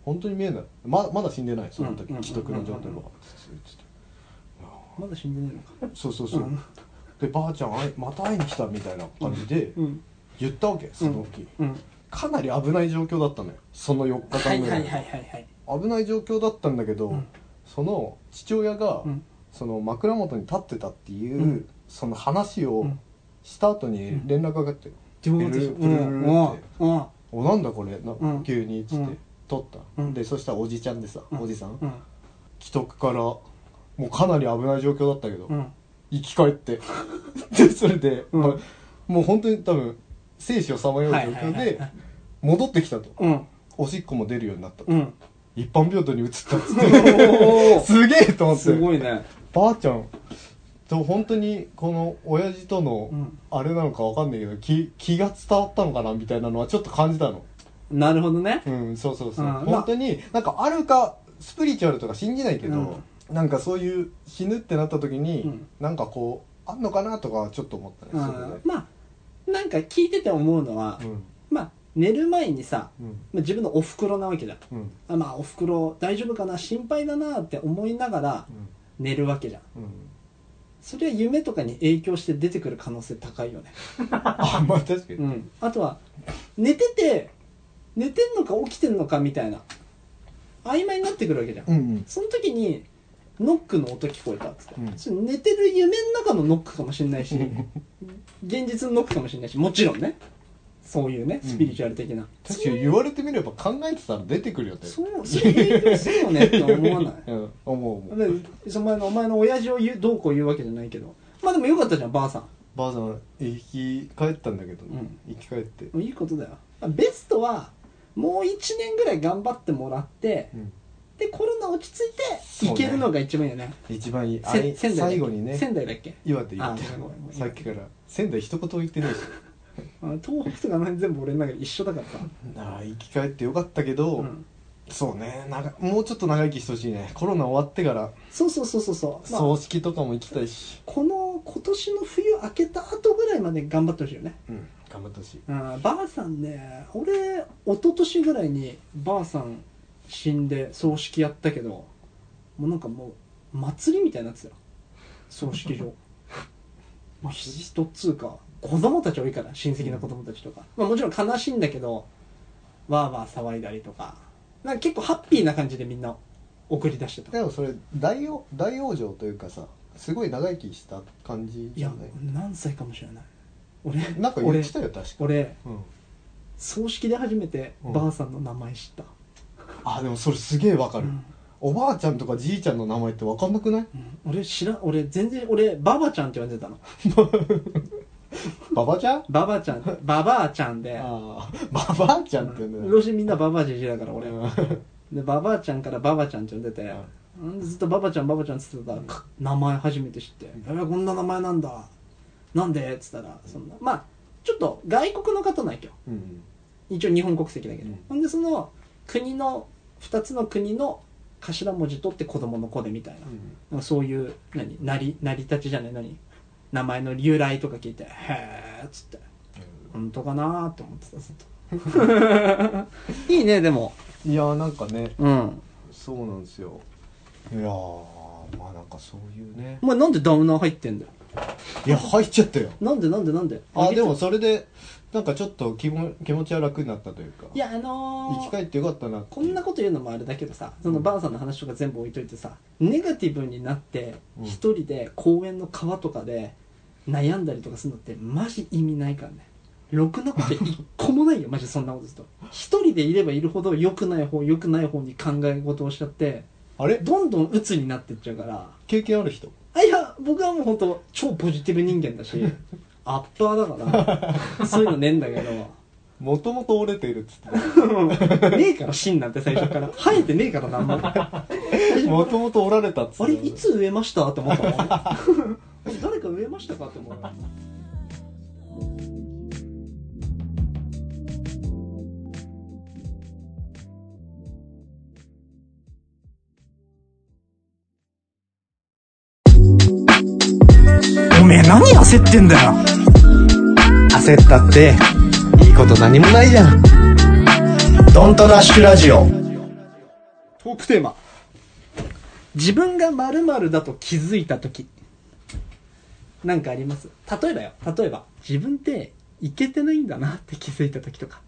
Speaker 1: 本当に見えないままだ死んでないその時、
Speaker 3: うん
Speaker 1: 既得の状態
Speaker 3: うん
Speaker 1: は、
Speaker 3: まだ死んでないのか
Speaker 1: そうそうそう、
Speaker 3: うん
Speaker 1: でばあちゃんあいまた会いに来たみたいな感じで
Speaker 3: うん
Speaker 1: 言ったわけその時、
Speaker 3: うん
Speaker 1: かなり危ない状況だったのよその4日
Speaker 3: は
Speaker 1: 間
Speaker 3: い
Speaker 1: ぐ
Speaker 3: はい
Speaker 1: ら
Speaker 3: はいいはいはい
Speaker 1: 危ない状況だったんだけど、
Speaker 3: ん
Speaker 1: その父親が、
Speaker 3: うん
Speaker 1: その枕元に立ってたっていう、
Speaker 3: うん
Speaker 1: その話を
Speaker 3: ん
Speaker 1: した後に連絡がかかって「
Speaker 3: どうでしょううんうんうん
Speaker 1: おなんだこれな、
Speaker 3: うん
Speaker 1: 急に」っつって、
Speaker 3: うん
Speaker 1: 撮った、
Speaker 3: うん
Speaker 1: でそしたらおじちゃんでさ、
Speaker 3: うん
Speaker 1: おじさん、
Speaker 3: うん
Speaker 1: 既得からもうかなり危ない状況だったけど、
Speaker 3: うん
Speaker 1: 生き返って でそれで、
Speaker 3: うん
Speaker 1: まあもう本当に多分生死をさまよう状況
Speaker 3: はいはいはい
Speaker 1: で
Speaker 3: はい
Speaker 1: 戻ってきたと、
Speaker 3: うん
Speaker 1: おしっこも出るようになったと、
Speaker 3: うん
Speaker 1: 一般病棟に移ったっつって
Speaker 3: おー
Speaker 1: すげえと思って
Speaker 3: すごいね
Speaker 1: ばあちゃんと本当にこの親父との
Speaker 3: うん
Speaker 1: あれなのかわかんないけど気気が伝わったのかなみたいなのはちょっと感じたの
Speaker 3: なるほどね
Speaker 1: うんそうそうそう、
Speaker 3: うん
Speaker 1: 本当になんかあるかスピリチュアルとか信じないけど、なんかそういう死ぬってなった時に、
Speaker 3: うん
Speaker 1: なんかこうあんのかなとかはちょっと思ったね、
Speaker 3: う
Speaker 1: そこ
Speaker 3: んまあなんか聞いてて思うのは
Speaker 1: でうん
Speaker 3: まあ寝る前にさ
Speaker 1: うん
Speaker 3: まあ自分のおふくろなわけだ
Speaker 1: うん
Speaker 3: あまあおふくろ大丈夫かな心配だなって思いながら
Speaker 1: うん
Speaker 3: 寝るわけじゃん
Speaker 1: う ん
Speaker 3: それは夢とかに影響して出てくる可能性高いよね、
Speaker 1: あまあ確かに、
Speaker 3: うん、あとは寝てて寝てんのか起きてんのかみたいな曖昧になってくるわけじゃん、
Speaker 1: うんうん
Speaker 3: その時にノックの音聞こえたっつって、
Speaker 1: うん
Speaker 3: それ寝てる夢の中のノックかもしれない し現実のノックかもしれないしもちろんねそういうねスピリチュアル的な、
Speaker 1: 確かに言われてみれば考えてたら出てくるよね
Speaker 3: そうそれ影響するよねって思 わない
Speaker 1: うん思う思う
Speaker 3: でその前のお前の親父を言うどうこう言うわけじゃないけどまあでもよかったじゃんばあさん
Speaker 1: ばあさん生き返ったんだけど、ね
Speaker 3: うん
Speaker 1: 生き返って、
Speaker 3: いいことだよベストはもう1年ぐらい頑張ってもらって、
Speaker 1: うん
Speaker 3: でコロナ落ち着いて
Speaker 1: そう
Speaker 3: 行
Speaker 1: ね
Speaker 3: けるのが一番いいよね
Speaker 1: 一番いいあ
Speaker 3: せ
Speaker 1: れ
Speaker 3: 仙台だっけ
Speaker 1: 最後にね
Speaker 3: 仙台だっけ
Speaker 1: 岩手岩手
Speaker 3: あごめんごめん
Speaker 1: さっきから仙台一言も言ってないし
Speaker 3: あ東北とかあの辺全部俺の中で一緒だからさ、
Speaker 1: なあ生き返ってよかったけど、
Speaker 3: うん
Speaker 1: そうね長もうちょっと長生きしてほしいねコロナ終わってから
Speaker 3: そうそうそうそうそう、まあ
Speaker 1: 葬式とかも行きたいし、
Speaker 3: この今年の冬明けた後ぐらいまで頑張ってほしいよね
Speaker 1: うん頑張ってほしい
Speaker 3: うんばあさんね俺一昨年ぐらいにばあさん死んで葬式やったけどもうなんかもう祭りみたいになってたよ葬式 場まあ人っつうか子供たち多いから親戚の子供たちとか、まあ、もちろん悲しいんだけどわーわー騒いだりとかなんか結構ハッピーな感じでみんな送り出してた
Speaker 1: でもそれ大王大往生というかさすごい長生きした感じ
Speaker 3: い
Speaker 1: じゃ
Speaker 3: や
Speaker 1: ない
Speaker 3: 何歳かもしれない俺
Speaker 1: なんか言ってたよ確か、
Speaker 3: 俺
Speaker 1: うん、
Speaker 3: 葬式で初めて
Speaker 1: うん
Speaker 3: ばあさんの名前知った、
Speaker 1: あでもそれすげえわかる、
Speaker 3: うん
Speaker 1: おばあちゃんとかじいちゃんの名前ってわかんなくない
Speaker 3: うん俺知らん俺全然俺ばばちゃんって呼んでたの
Speaker 1: ババちゃん
Speaker 3: ばばちゃんばばあちゃんで
Speaker 1: ああ ババアちゃんって言うんだよ
Speaker 3: 老人みんなばばじじだから俺でばばあちゃんからばばちゃんって呼んでて、ん、ずっとばばちゃんばばちゃんっつってたら、か名前初めて知って「えーこんな名前なんだなんで?」っつったらそんなまあちょっと外国の方なんやけど
Speaker 1: うん
Speaker 3: 一応日本国籍だけど、
Speaker 1: うん
Speaker 3: ほんでその国の2つの国の頭文字取って子供の子でみたいな、
Speaker 1: うん
Speaker 3: なんかそういう何なり成り立ちじゃない何名前の由来とか聞いて「へえ」っつって「本当かな?」って思ってたずっと いいねでも
Speaker 1: いやーなんかね
Speaker 3: うん
Speaker 1: そうなんですよいやーまあなんかそういうね
Speaker 3: お前なんでダウナー入ってんだよ
Speaker 1: いや入っちゃったよ
Speaker 3: なんでなんでなんで
Speaker 1: あ
Speaker 3: い
Speaker 1: でもそれでなんかちょっと気も気持ちは楽になったというか
Speaker 3: やあの
Speaker 1: 生
Speaker 3: ー
Speaker 1: き返ってよかったなっていう
Speaker 3: こんなこと言うのもあれだけどさそのばあさんの話とか全部置いといてさネガティブになって
Speaker 1: うん
Speaker 3: 一人で公園の川とかで悩んだりとかするのってマジ意味ないからねろくなこと一個もないよマジそんなことすると一人でいればいるほど良くない方良くない方に考え事をしちゃって
Speaker 1: あれ
Speaker 3: どんどん鬱になってっちゃうから
Speaker 1: 経験ある人
Speaker 3: あいや僕はもう本当超ポジティブ人間だしアッパーだからそういうのねえんだけど
Speaker 1: もともと折れてるっつって
Speaker 3: ねえから芯なんて最初から生えてねえからなんも
Speaker 1: たもともと折られたっつってた
Speaker 3: あれいつ植えましたって思 ったもん誰か植えましたかって思った
Speaker 4: おめえ何焦ってんだよ
Speaker 1: 焦ったっていいこと何もないじゃんドントラッシュラジオ
Speaker 3: トークテーマ自分が〇〇だと気づいた時なんかあります例えばよ例えば自分っていけてないんだなって気づいた時とか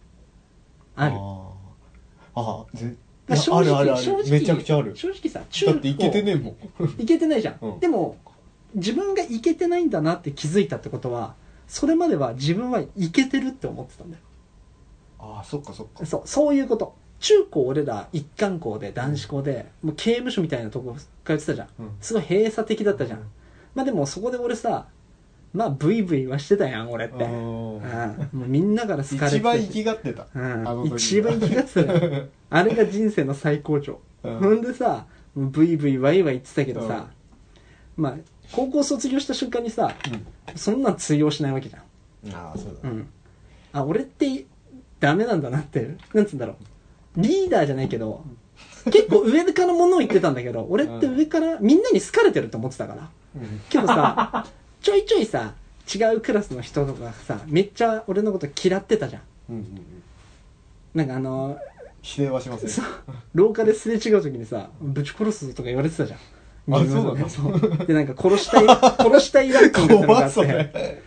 Speaker 3: ある
Speaker 1: あーあーぜ
Speaker 3: まあ
Speaker 1: いやあるあるあるめちゃくちゃある
Speaker 3: 正直さ中
Speaker 1: だっていけてねえもん
Speaker 3: いけてないじゃん、
Speaker 1: うん
Speaker 3: でも自分がいけてないんだなって気づいたってことはそれまでは自分はいけてるって思ってたんだよ
Speaker 1: ああそっかそっか
Speaker 3: そうそういうこと中高俺ら一貫校で男子校で、もう刑務所みたいなとこ通ってたじゃん、
Speaker 1: うん
Speaker 3: すごい閉鎖的だったじゃん、まあでもそこで俺さまあブイブイはしてたやん俺って、うん
Speaker 1: あ
Speaker 3: もうみんなから好かれて
Speaker 1: 一番
Speaker 3: たし
Speaker 1: 生きがってた
Speaker 3: うん
Speaker 1: あの時
Speaker 3: 一番気がつ くよあれが人生の最高潮、
Speaker 1: うん
Speaker 3: ほんでさブイブイワイワイ言ってたけどさ、まあ高校卒業した瞬間にさ、そんなん通用しないわけじゃん
Speaker 1: ああそうだ
Speaker 3: うん、あ俺ってダメなんだなってなんつうんだろうリーダーじゃないけど結構上からものを言ってたんだけど俺って上からみんなに好かれてると思ってたからけどさちょいちょいさ違うクラスの人とかさめっちゃ俺のこと嫌ってたじゃん
Speaker 1: うんうんうん
Speaker 3: なんかあの
Speaker 1: 否定はしません
Speaker 3: そう廊下ですれ違う時にさぶち殺すぞとか言われてたじゃん
Speaker 1: あそうなの
Speaker 3: そうでなんか殺したい殺したいランキングってのがあっ
Speaker 1: 怖
Speaker 3: て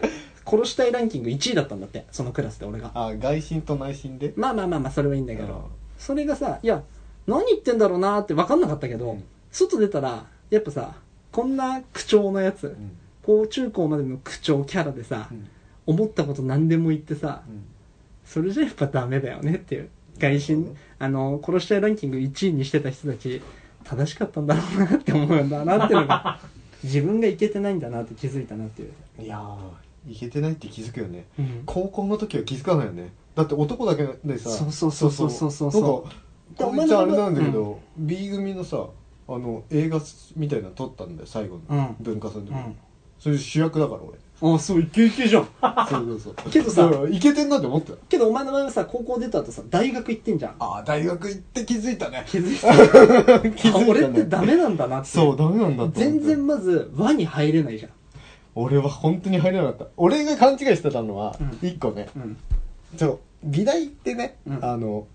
Speaker 3: 殺したいランキング1位だったんだってそのクラスで俺が
Speaker 1: ああ外心と内心で
Speaker 3: まあまあまあまあそれはいいんだけ
Speaker 1: うん
Speaker 3: どそれがさいや何言ってんだろうなって分かんなかったけど、
Speaker 1: ん
Speaker 3: 外出たらやっぱさこんな口調のやつ、
Speaker 1: ん
Speaker 3: 高中高までの口調キャラでさ、
Speaker 1: ん
Speaker 3: 思ったこと何でも言ってさ、
Speaker 1: ん
Speaker 3: それじゃやっぱダメだよねっていう外心、あの殺し合いランキング1位にしてた人たち正しかったんだろうなって思うんだなっていうの が自分がいけてないんだなって気づいたなっていう、
Speaker 1: いやーいけてないって気づくよね
Speaker 3: うん
Speaker 1: 高校の時は気づかないよねだって男だけでさ
Speaker 3: そうそうそうそうそうそうそう
Speaker 1: そうなんかこいつあれなんだけど、B 組のさあの映画みたいなの撮ったんだよ最後の、
Speaker 3: うん
Speaker 1: 文化祭の時、
Speaker 3: うん
Speaker 1: それ主役だから俺
Speaker 3: ああそういけいけじゃん
Speaker 1: そうそうそう
Speaker 3: けど
Speaker 1: だ
Speaker 3: さ
Speaker 1: からいけてんなって思ってた
Speaker 3: けどお前の場合はさ高校出た後さ大学行ってん じゃん
Speaker 1: ああ大学行って 気づいたね
Speaker 3: 気づいた
Speaker 1: 気づいた
Speaker 3: あ
Speaker 1: ね
Speaker 3: 俺ってダメなんだなって
Speaker 1: そうダメなんだって思って
Speaker 3: 全然まず輪に入れないじゃ
Speaker 1: 俺は本当に入れなかった俺が勘違いしてたのは
Speaker 3: うん
Speaker 1: 一個ね、
Speaker 3: んうん
Speaker 1: そう美大ってね、
Speaker 3: うん
Speaker 1: あの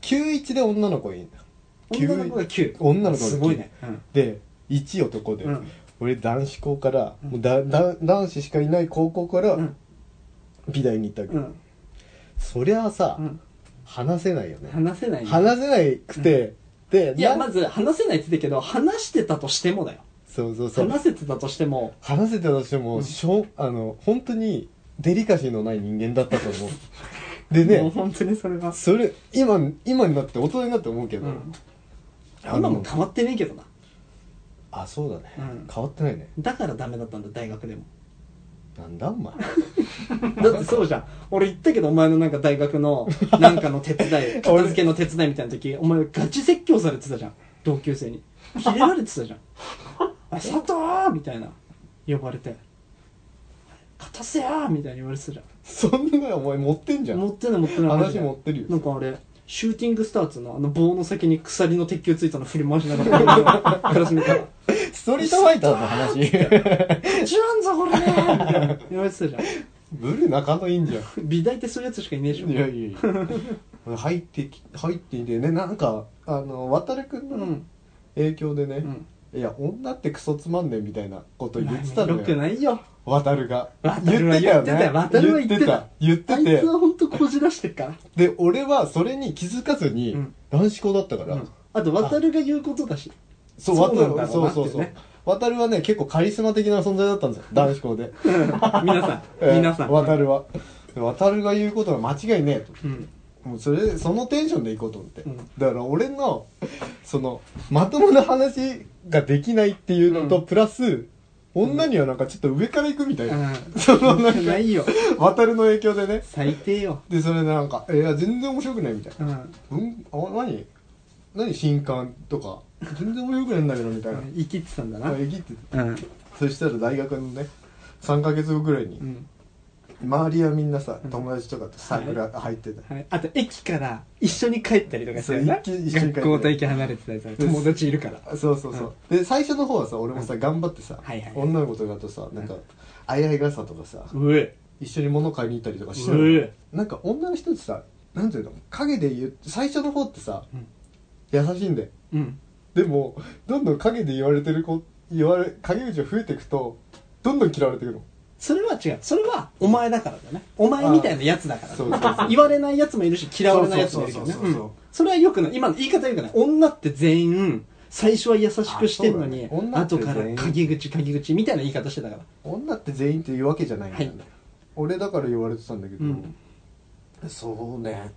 Speaker 1: 91で女の子いいんだ急に
Speaker 3: 女の子が9
Speaker 1: 女の子が9
Speaker 3: すごいね、うん
Speaker 1: で1男で、
Speaker 3: うん
Speaker 1: 俺男子校から、もうだだ男子しかいない高校から、
Speaker 3: うん
Speaker 1: 美大に行ったわけ、
Speaker 3: うん
Speaker 1: そりゃあさ、
Speaker 3: うん
Speaker 1: 話せないよね
Speaker 3: 話せないよ
Speaker 1: 話せないくて、で
Speaker 3: いや
Speaker 1: な
Speaker 3: まず話せないって言ってたけど話してたとしてもだよ
Speaker 1: そうそうそう
Speaker 3: 話せてたとしても
Speaker 1: 話せたとしても、しょあの本当にデリカシーのない人間だったと思 うで
Speaker 3: もう
Speaker 1: ね
Speaker 3: 本当にそれは
Speaker 1: それ今今になって大人になって思うけど、
Speaker 3: うん
Speaker 1: あの
Speaker 3: 今も変わってねえけどな
Speaker 1: あそうだね、
Speaker 3: うん
Speaker 1: 変わってないね
Speaker 3: だからダメだったんだ大学でも
Speaker 1: なんだお前
Speaker 3: だってそうじゃん俺言ったけどお前のなんか大学 のなんかの手伝い片付けの手伝いみたいな時お前ガチ説教されてたじゃん同級生にキレられて たじゃん「あ佐藤!」みたいな呼ばれて「片せや!」みたいに言われてたじゃ
Speaker 1: そんなお前持ってんじゃ
Speaker 3: ん
Speaker 1: ん
Speaker 3: 持ってない持ってない
Speaker 1: 話持ってるよ
Speaker 3: なんかあれシューティングスターツのあの棒の先に鎖の鉄球ついたの振り回しなが らクラスメートが
Speaker 1: ストリートファイターの話
Speaker 3: 「知らんぞこれ!」みたいな言われてたじゃん
Speaker 1: ブル仲のいいんじゃん
Speaker 3: 美大ってそういうやつしかいねえじゃん
Speaker 1: いやいやいや入ってき入っていてねなんかあの渡るくん
Speaker 3: う
Speaker 1: の
Speaker 3: ん
Speaker 1: 影響でね、いや女ってクソつまんねえみたいなこと言ってたの
Speaker 3: よく
Speaker 1: よ
Speaker 3: ないよ
Speaker 1: 渡るが
Speaker 3: 渡るは言ってたよ渡るは言ってた
Speaker 1: 言って
Speaker 3: あ
Speaker 1: た
Speaker 3: い
Speaker 1: 言って
Speaker 3: つは本当こじらしてっから、
Speaker 1: てで俺はそれに気づかずに
Speaker 3: うん
Speaker 1: 男子校だったから、
Speaker 3: あと渡るが言うことだし
Speaker 1: そう
Speaker 3: そうなん
Speaker 1: 渡
Speaker 3: だ
Speaker 1: る
Speaker 3: ろう
Speaker 1: そう
Speaker 3: な
Speaker 1: そうそう
Speaker 3: ってね
Speaker 1: 渡るはね結構カリスマ的な存在だったんですよ男子校で
Speaker 3: 皆さん皆さん、
Speaker 1: えー渡るはで渡るが言うことは間違いねえと
Speaker 3: うん
Speaker 1: もうそれそのテンションでいこうと思って、
Speaker 3: うん
Speaker 1: だから俺のそのまともな話ができないっていうのと、プラス女にはなんかちょっと上から行くみたいな、
Speaker 3: う
Speaker 1: そのなん
Speaker 3: ん
Speaker 1: か
Speaker 3: ないよ
Speaker 1: 渡るの影響でね
Speaker 3: 最低よ
Speaker 1: でそれでなんか「いや全然面白くない」みたいな
Speaker 3: うん
Speaker 1: 「うんあ何何新刊とか全然面白くないんだけど」みたいな
Speaker 3: 生きってたんだな
Speaker 1: まあえぎって
Speaker 3: うん
Speaker 1: そしたら大学のね3ヶ月後ぐらいに
Speaker 3: うん
Speaker 1: 周りはみんなさ友達とかとサークル入ってた、
Speaker 3: はい、あと駅から一緒に帰ったりとかしてるな
Speaker 1: そう一気に一緒に帰って
Speaker 3: 学校と駅離れてたりさ友達いるから
Speaker 1: そうそうそう、で最初の方はさ俺もさ頑張ってさ、
Speaker 3: はいはい
Speaker 1: 女の子とかとさなんかあいあい傘とかさ、
Speaker 3: うえ
Speaker 1: 一緒に物買いに行ったりとかして
Speaker 3: うえ
Speaker 1: なんか女の人ってさなんていうの陰で言う最初の方ってさ、
Speaker 3: ん
Speaker 1: 優しいんだよ
Speaker 3: うん
Speaker 1: でもどんどん陰で言われてる子言われ陰口が増えていくとどんどん嫌われていくの
Speaker 3: それは違うそれはお前だからだよねお前みたいなやつだから
Speaker 1: そうそうそう
Speaker 3: 言われないやつもいるし嫌われないやつもいるけどね
Speaker 1: そうそうそうそう
Speaker 3: うんそれはよくない今の言い方よくない女って全員最初は優しくしてんのに、
Speaker 1: あそうだね女って
Speaker 3: 後
Speaker 1: 全員
Speaker 3: から陰口陰口みたいな言い方してたから
Speaker 1: 女って全員っていうわけじゃないんだよね、
Speaker 3: はい
Speaker 1: 俺だから言われてたんだけど、
Speaker 3: うん
Speaker 1: そうね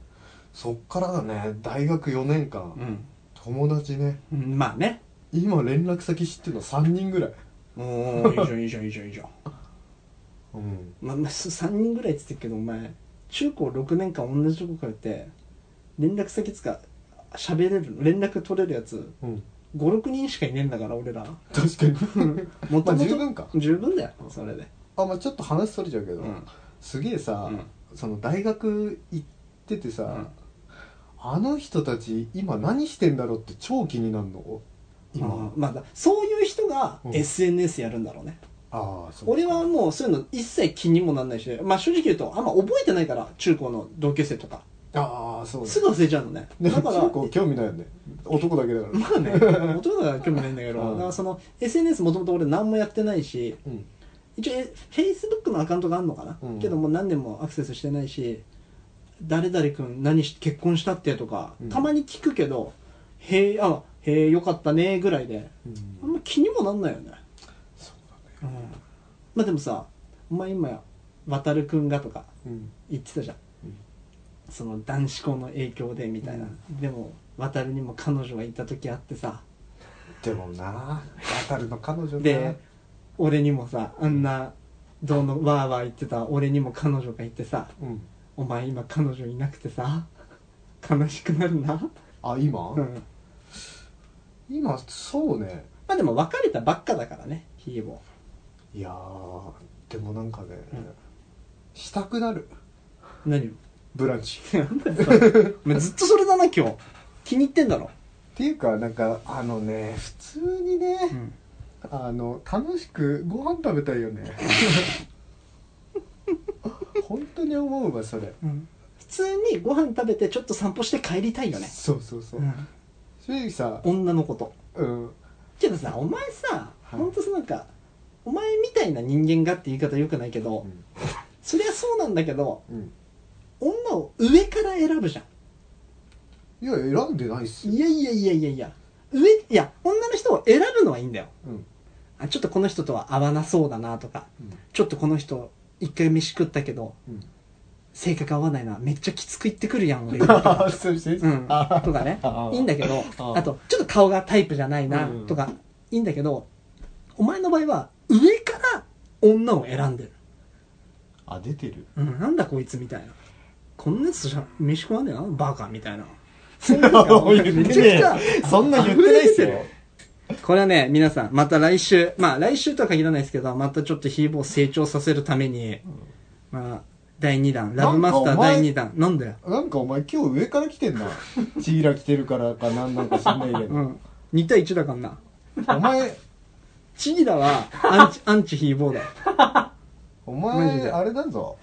Speaker 1: そっからだね大学4年間、
Speaker 3: うん
Speaker 1: 友達ね
Speaker 3: うんまあね
Speaker 1: 今連絡先知ってるの3人ぐらい、
Speaker 3: おーいいじゃんいいじゃんいいじゃんいいじゃん
Speaker 1: うん、
Speaker 3: まあ、まあ、3人ぐらいっつってっけどお前中高6年間同じとこ通って連絡先つか喋れる連絡取れるやつ
Speaker 1: うん、
Speaker 3: 56人しかいねえんだから俺ら
Speaker 1: 確かに
Speaker 3: もともと
Speaker 1: まあ十分か
Speaker 3: 十分だよそれで
Speaker 1: あまあちょっと話それちゃうけど、
Speaker 3: うん
Speaker 1: すげえさ、
Speaker 3: う
Speaker 1: その大学行っててさ、
Speaker 3: うん
Speaker 1: あの人たち今何してんだろうって超気になるの今
Speaker 3: まあ、だそういう人が
Speaker 1: うん
Speaker 3: SNS やるんだろうね、
Speaker 1: ああそう
Speaker 3: 俺はもうそういうの一切気にもなんないし、まあ、正直言うとあんま覚えてないから中高の同級生とか
Speaker 1: ああそう
Speaker 3: すぐ忘れちゃうのね
Speaker 1: だ
Speaker 3: だ
Speaker 1: か
Speaker 3: からら
Speaker 1: 結構興味ないよね男だけだから
Speaker 3: まあね大人だから興味ないんだけど、
Speaker 1: うん
Speaker 3: だからその SNS もともと俺何もやってないし
Speaker 1: うん
Speaker 3: 一応え Facebook のアカウントがあるのかな、
Speaker 1: うん
Speaker 3: けどもう何年もアクセスしてないし誰々君何し結婚したってとか、
Speaker 1: うん
Speaker 3: たまに聞くけどへえあへえよかったねぐらいであんま気にもなんないよねそうだね、ん、まあでもさお前今渡るくんがとか
Speaker 1: うん
Speaker 3: 言ってたじゃん、その男子校の影響でみたいな、でも渡るにも彼女がいた時あってさ
Speaker 1: でもな渡るの彼女な
Speaker 3: で俺にもさあんなどうのわーわー言ってた俺にも彼女がいてさ
Speaker 1: うん
Speaker 3: お前今彼女いなくてさ悲しくなるな
Speaker 1: あ今、
Speaker 3: うん
Speaker 1: 今そうね
Speaker 3: まあでも別れたばっかだからねひいぼ
Speaker 1: いやーでもなんかね、したくなる
Speaker 3: 何を
Speaker 1: ブランチっ
Speaker 3: お前ずっとそれだな今日気に入ってんだろ
Speaker 1: ていうかなんかあのね普通にね、
Speaker 3: ん
Speaker 1: あの楽しくご飯食べたいよ ね本当に思うわそれ、
Speaker 3: 普通にご飯食べてちょっと散歩して帰りたいよね
Speaker 1: そうそうそう、
Speaker 3: うん
Speaker 1: 正直さ、
Speaker 3: 女の子と
Speaker 1: うん。
Speaker 3: けどさお前さ、
Speaker 1: はい
Speaker 3: ほんとさなんかお前みたいな人間がって言い方よくないけど、
Speaker 1: うん
Speaker 3: そりゃそうなんだけど
Speaker 1: うん。
Speaker 3: 女を上から選ぶじゃん
Speaker 1: いや、選んでないっすよ。
Speaker 3: いやいやいやいやいや上いや女の人を選ぶのはいいんだよ
Speaker 1: うん。
Speaker 3: あちょっとこの人とは合わなそうだなとか、
Speaker 1: うん
Speaker 3: ちょっとこの人一回飯食ったけど、
Speaker 1: うん
Speaker 3: 性格合わないなめっちゃきつく言ってくるや ん俺
Speaker 1: ああ、そうですね。
Speaker 3: うん、
Speaker 1: あ
Speaker 3: とかね
Speaker 1: あ
Speaker 3: いいんだけど
Speaker 1: あ
Speaker 3: あとちょっと顔がタイプじゃないな
Speaker 1: うん
Speaker 3: とかいいんだけどお前の場合は上から女を選んでる、
Speaker 1: あ、出てる。
Speaker 3: うん、なんだこいつみたいなこんなやつじゃ飯食わねえなバカみたいな
Speaker 1: 言ってねえ。そんな言ってないっすよ。
Speaker 3: これはね皆さんまた来週まあ来週とは限らないですけどまたちょっとヒーボーを成長させるために、まあ第2弾ラブマス
Speaker 1: なんかお
Speaker 3: ター
Speaker 1: 前
Speaker 3: 第2弾なんだよ、
Speaker 1: なんかお前今日上から来てんな。チーラ来てるからかなんなんか知んないけ
Speaker 3: う
Speaker 1: ど。
Speaker 3: ん、2対1だからな
Speaker 1: お前、
Speaker 3: チギラはアンチアンチヒーボーだよ
Speaker 1: お
Speaker 3: マジで
Speaker 1: 前、あれだぞ。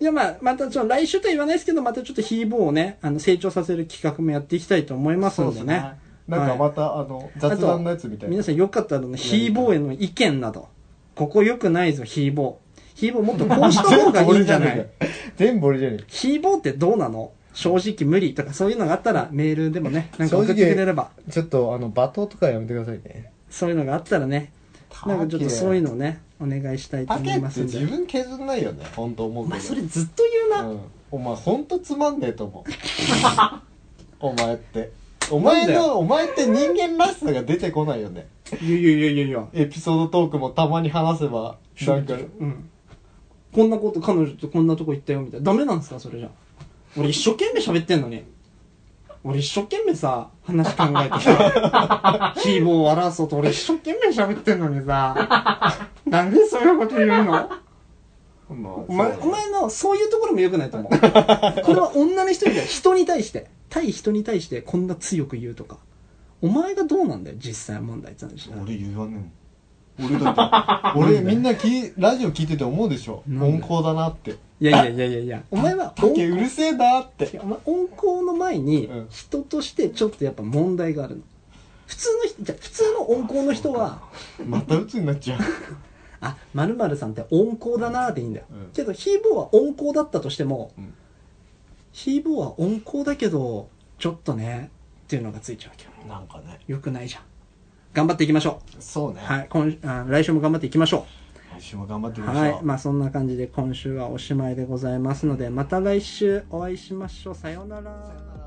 Speaker 3: いや、まあ、また、ちょっと来週とは言わないですけど、またちょっとヒーボーをね、あの、成長させる企画もやっていきたいと思いますのでね。
Speaker 1: なんかまた、あの、雑談のやつみたいな
Speaker 3: 皆。さんよかったらね、ヒーボーへの意見など、ここ良くないぞ、ヒーボー。ヒーボーもっとこうした方がいいんじゃな い
Speaker 1: 全部俺じゃね
Speaker 3: ヒーボーってどうなの正直無理とかそういうのがあったらメールでもね、なんか送ってくれれば、
Speaker 1: え。ちょっと、あの、罵倒とかやめてくださいね。
Speaker 3: そういうのがあったらね、なんかちょっとそういうのをね、お願いしたいと
Speaker 1: パ
Speaker 3: 思
Speaker 1: ケ
Speaker 3: いま
Speaker 1: って
Speaker 3: すん
Speaker 1: 自
Speaker 3: で。
Speaker 1: 分削んないよね、本当思う
Speaker 3: お
Speaker 1: けど。
Speaker 3: 前それずっと言うな。
Speaker 1: うん、お前ほんとつまんねえと思う お前ってお前
Speaker 3: なんだよ
Speaker 1: のお前って人間らしさが出てこないよね
Speaker 3: いやいやいやいやいや。
Speaker 1: エピソードトークもたまに話せばなんか
Speaker 3: うん、こんなこと彼女とこんなとこ行ったよみたいなダメなんですかそれじゃ俺一生懸命喋ってんのに俺一生懸命さ話考えて さ希望を笑わそうと俺一生懸命喋ってんのにさなんでそういうこと言うの
Speaker 1: まあ
Speaker 3: お前お前のそういうところも良くないと思うこれは女の人みたい人に対して対人に対してこんな強く言うとかお前がどうなんだよ実際問題って話
Speaker 1: 俺言わねえ俺だって 俺みんなきラジオ聞いてて思うでしょ
Speaker 3: なん
Speaker 1: 温
Speaker 3: で
Speaker 1: 厚だなって
Speaker 3: いやいやいやいやいやお前は
Speaker 1: 竹うるせえなって
Speaker 3: お前温厚の前に
Speaker 1: うん
Speaker 3: 人としてちょっとやっぱ問題があるの普通の人じゃあ普通の温厚の人は
Speaker 1: また鬱になっちゃう
Speaker 3: あまるまるさんって温厚だなーでいいんだよ、
Speaker 1: うん
Speaker 3: けどヒーボーは温厚だったとしても、
Speaker 1: うん
Speaker 3: ヒーボーは温厚だけどちょっとねっていうのがついちゃうわけよ
Speaker 1: なんかね
Speaker 3: よくないじゃん頑張っていきましょ
Speaker 1: そうね、
Speaker 3: う、はい、今あ来週も頑張っていきましょう
Speaker 1: 来週も頑張っていきましょう、
Speaker 3: はいまあそんな感じで今週はおしまいでございますのでまた来週お会いしましょうさようなら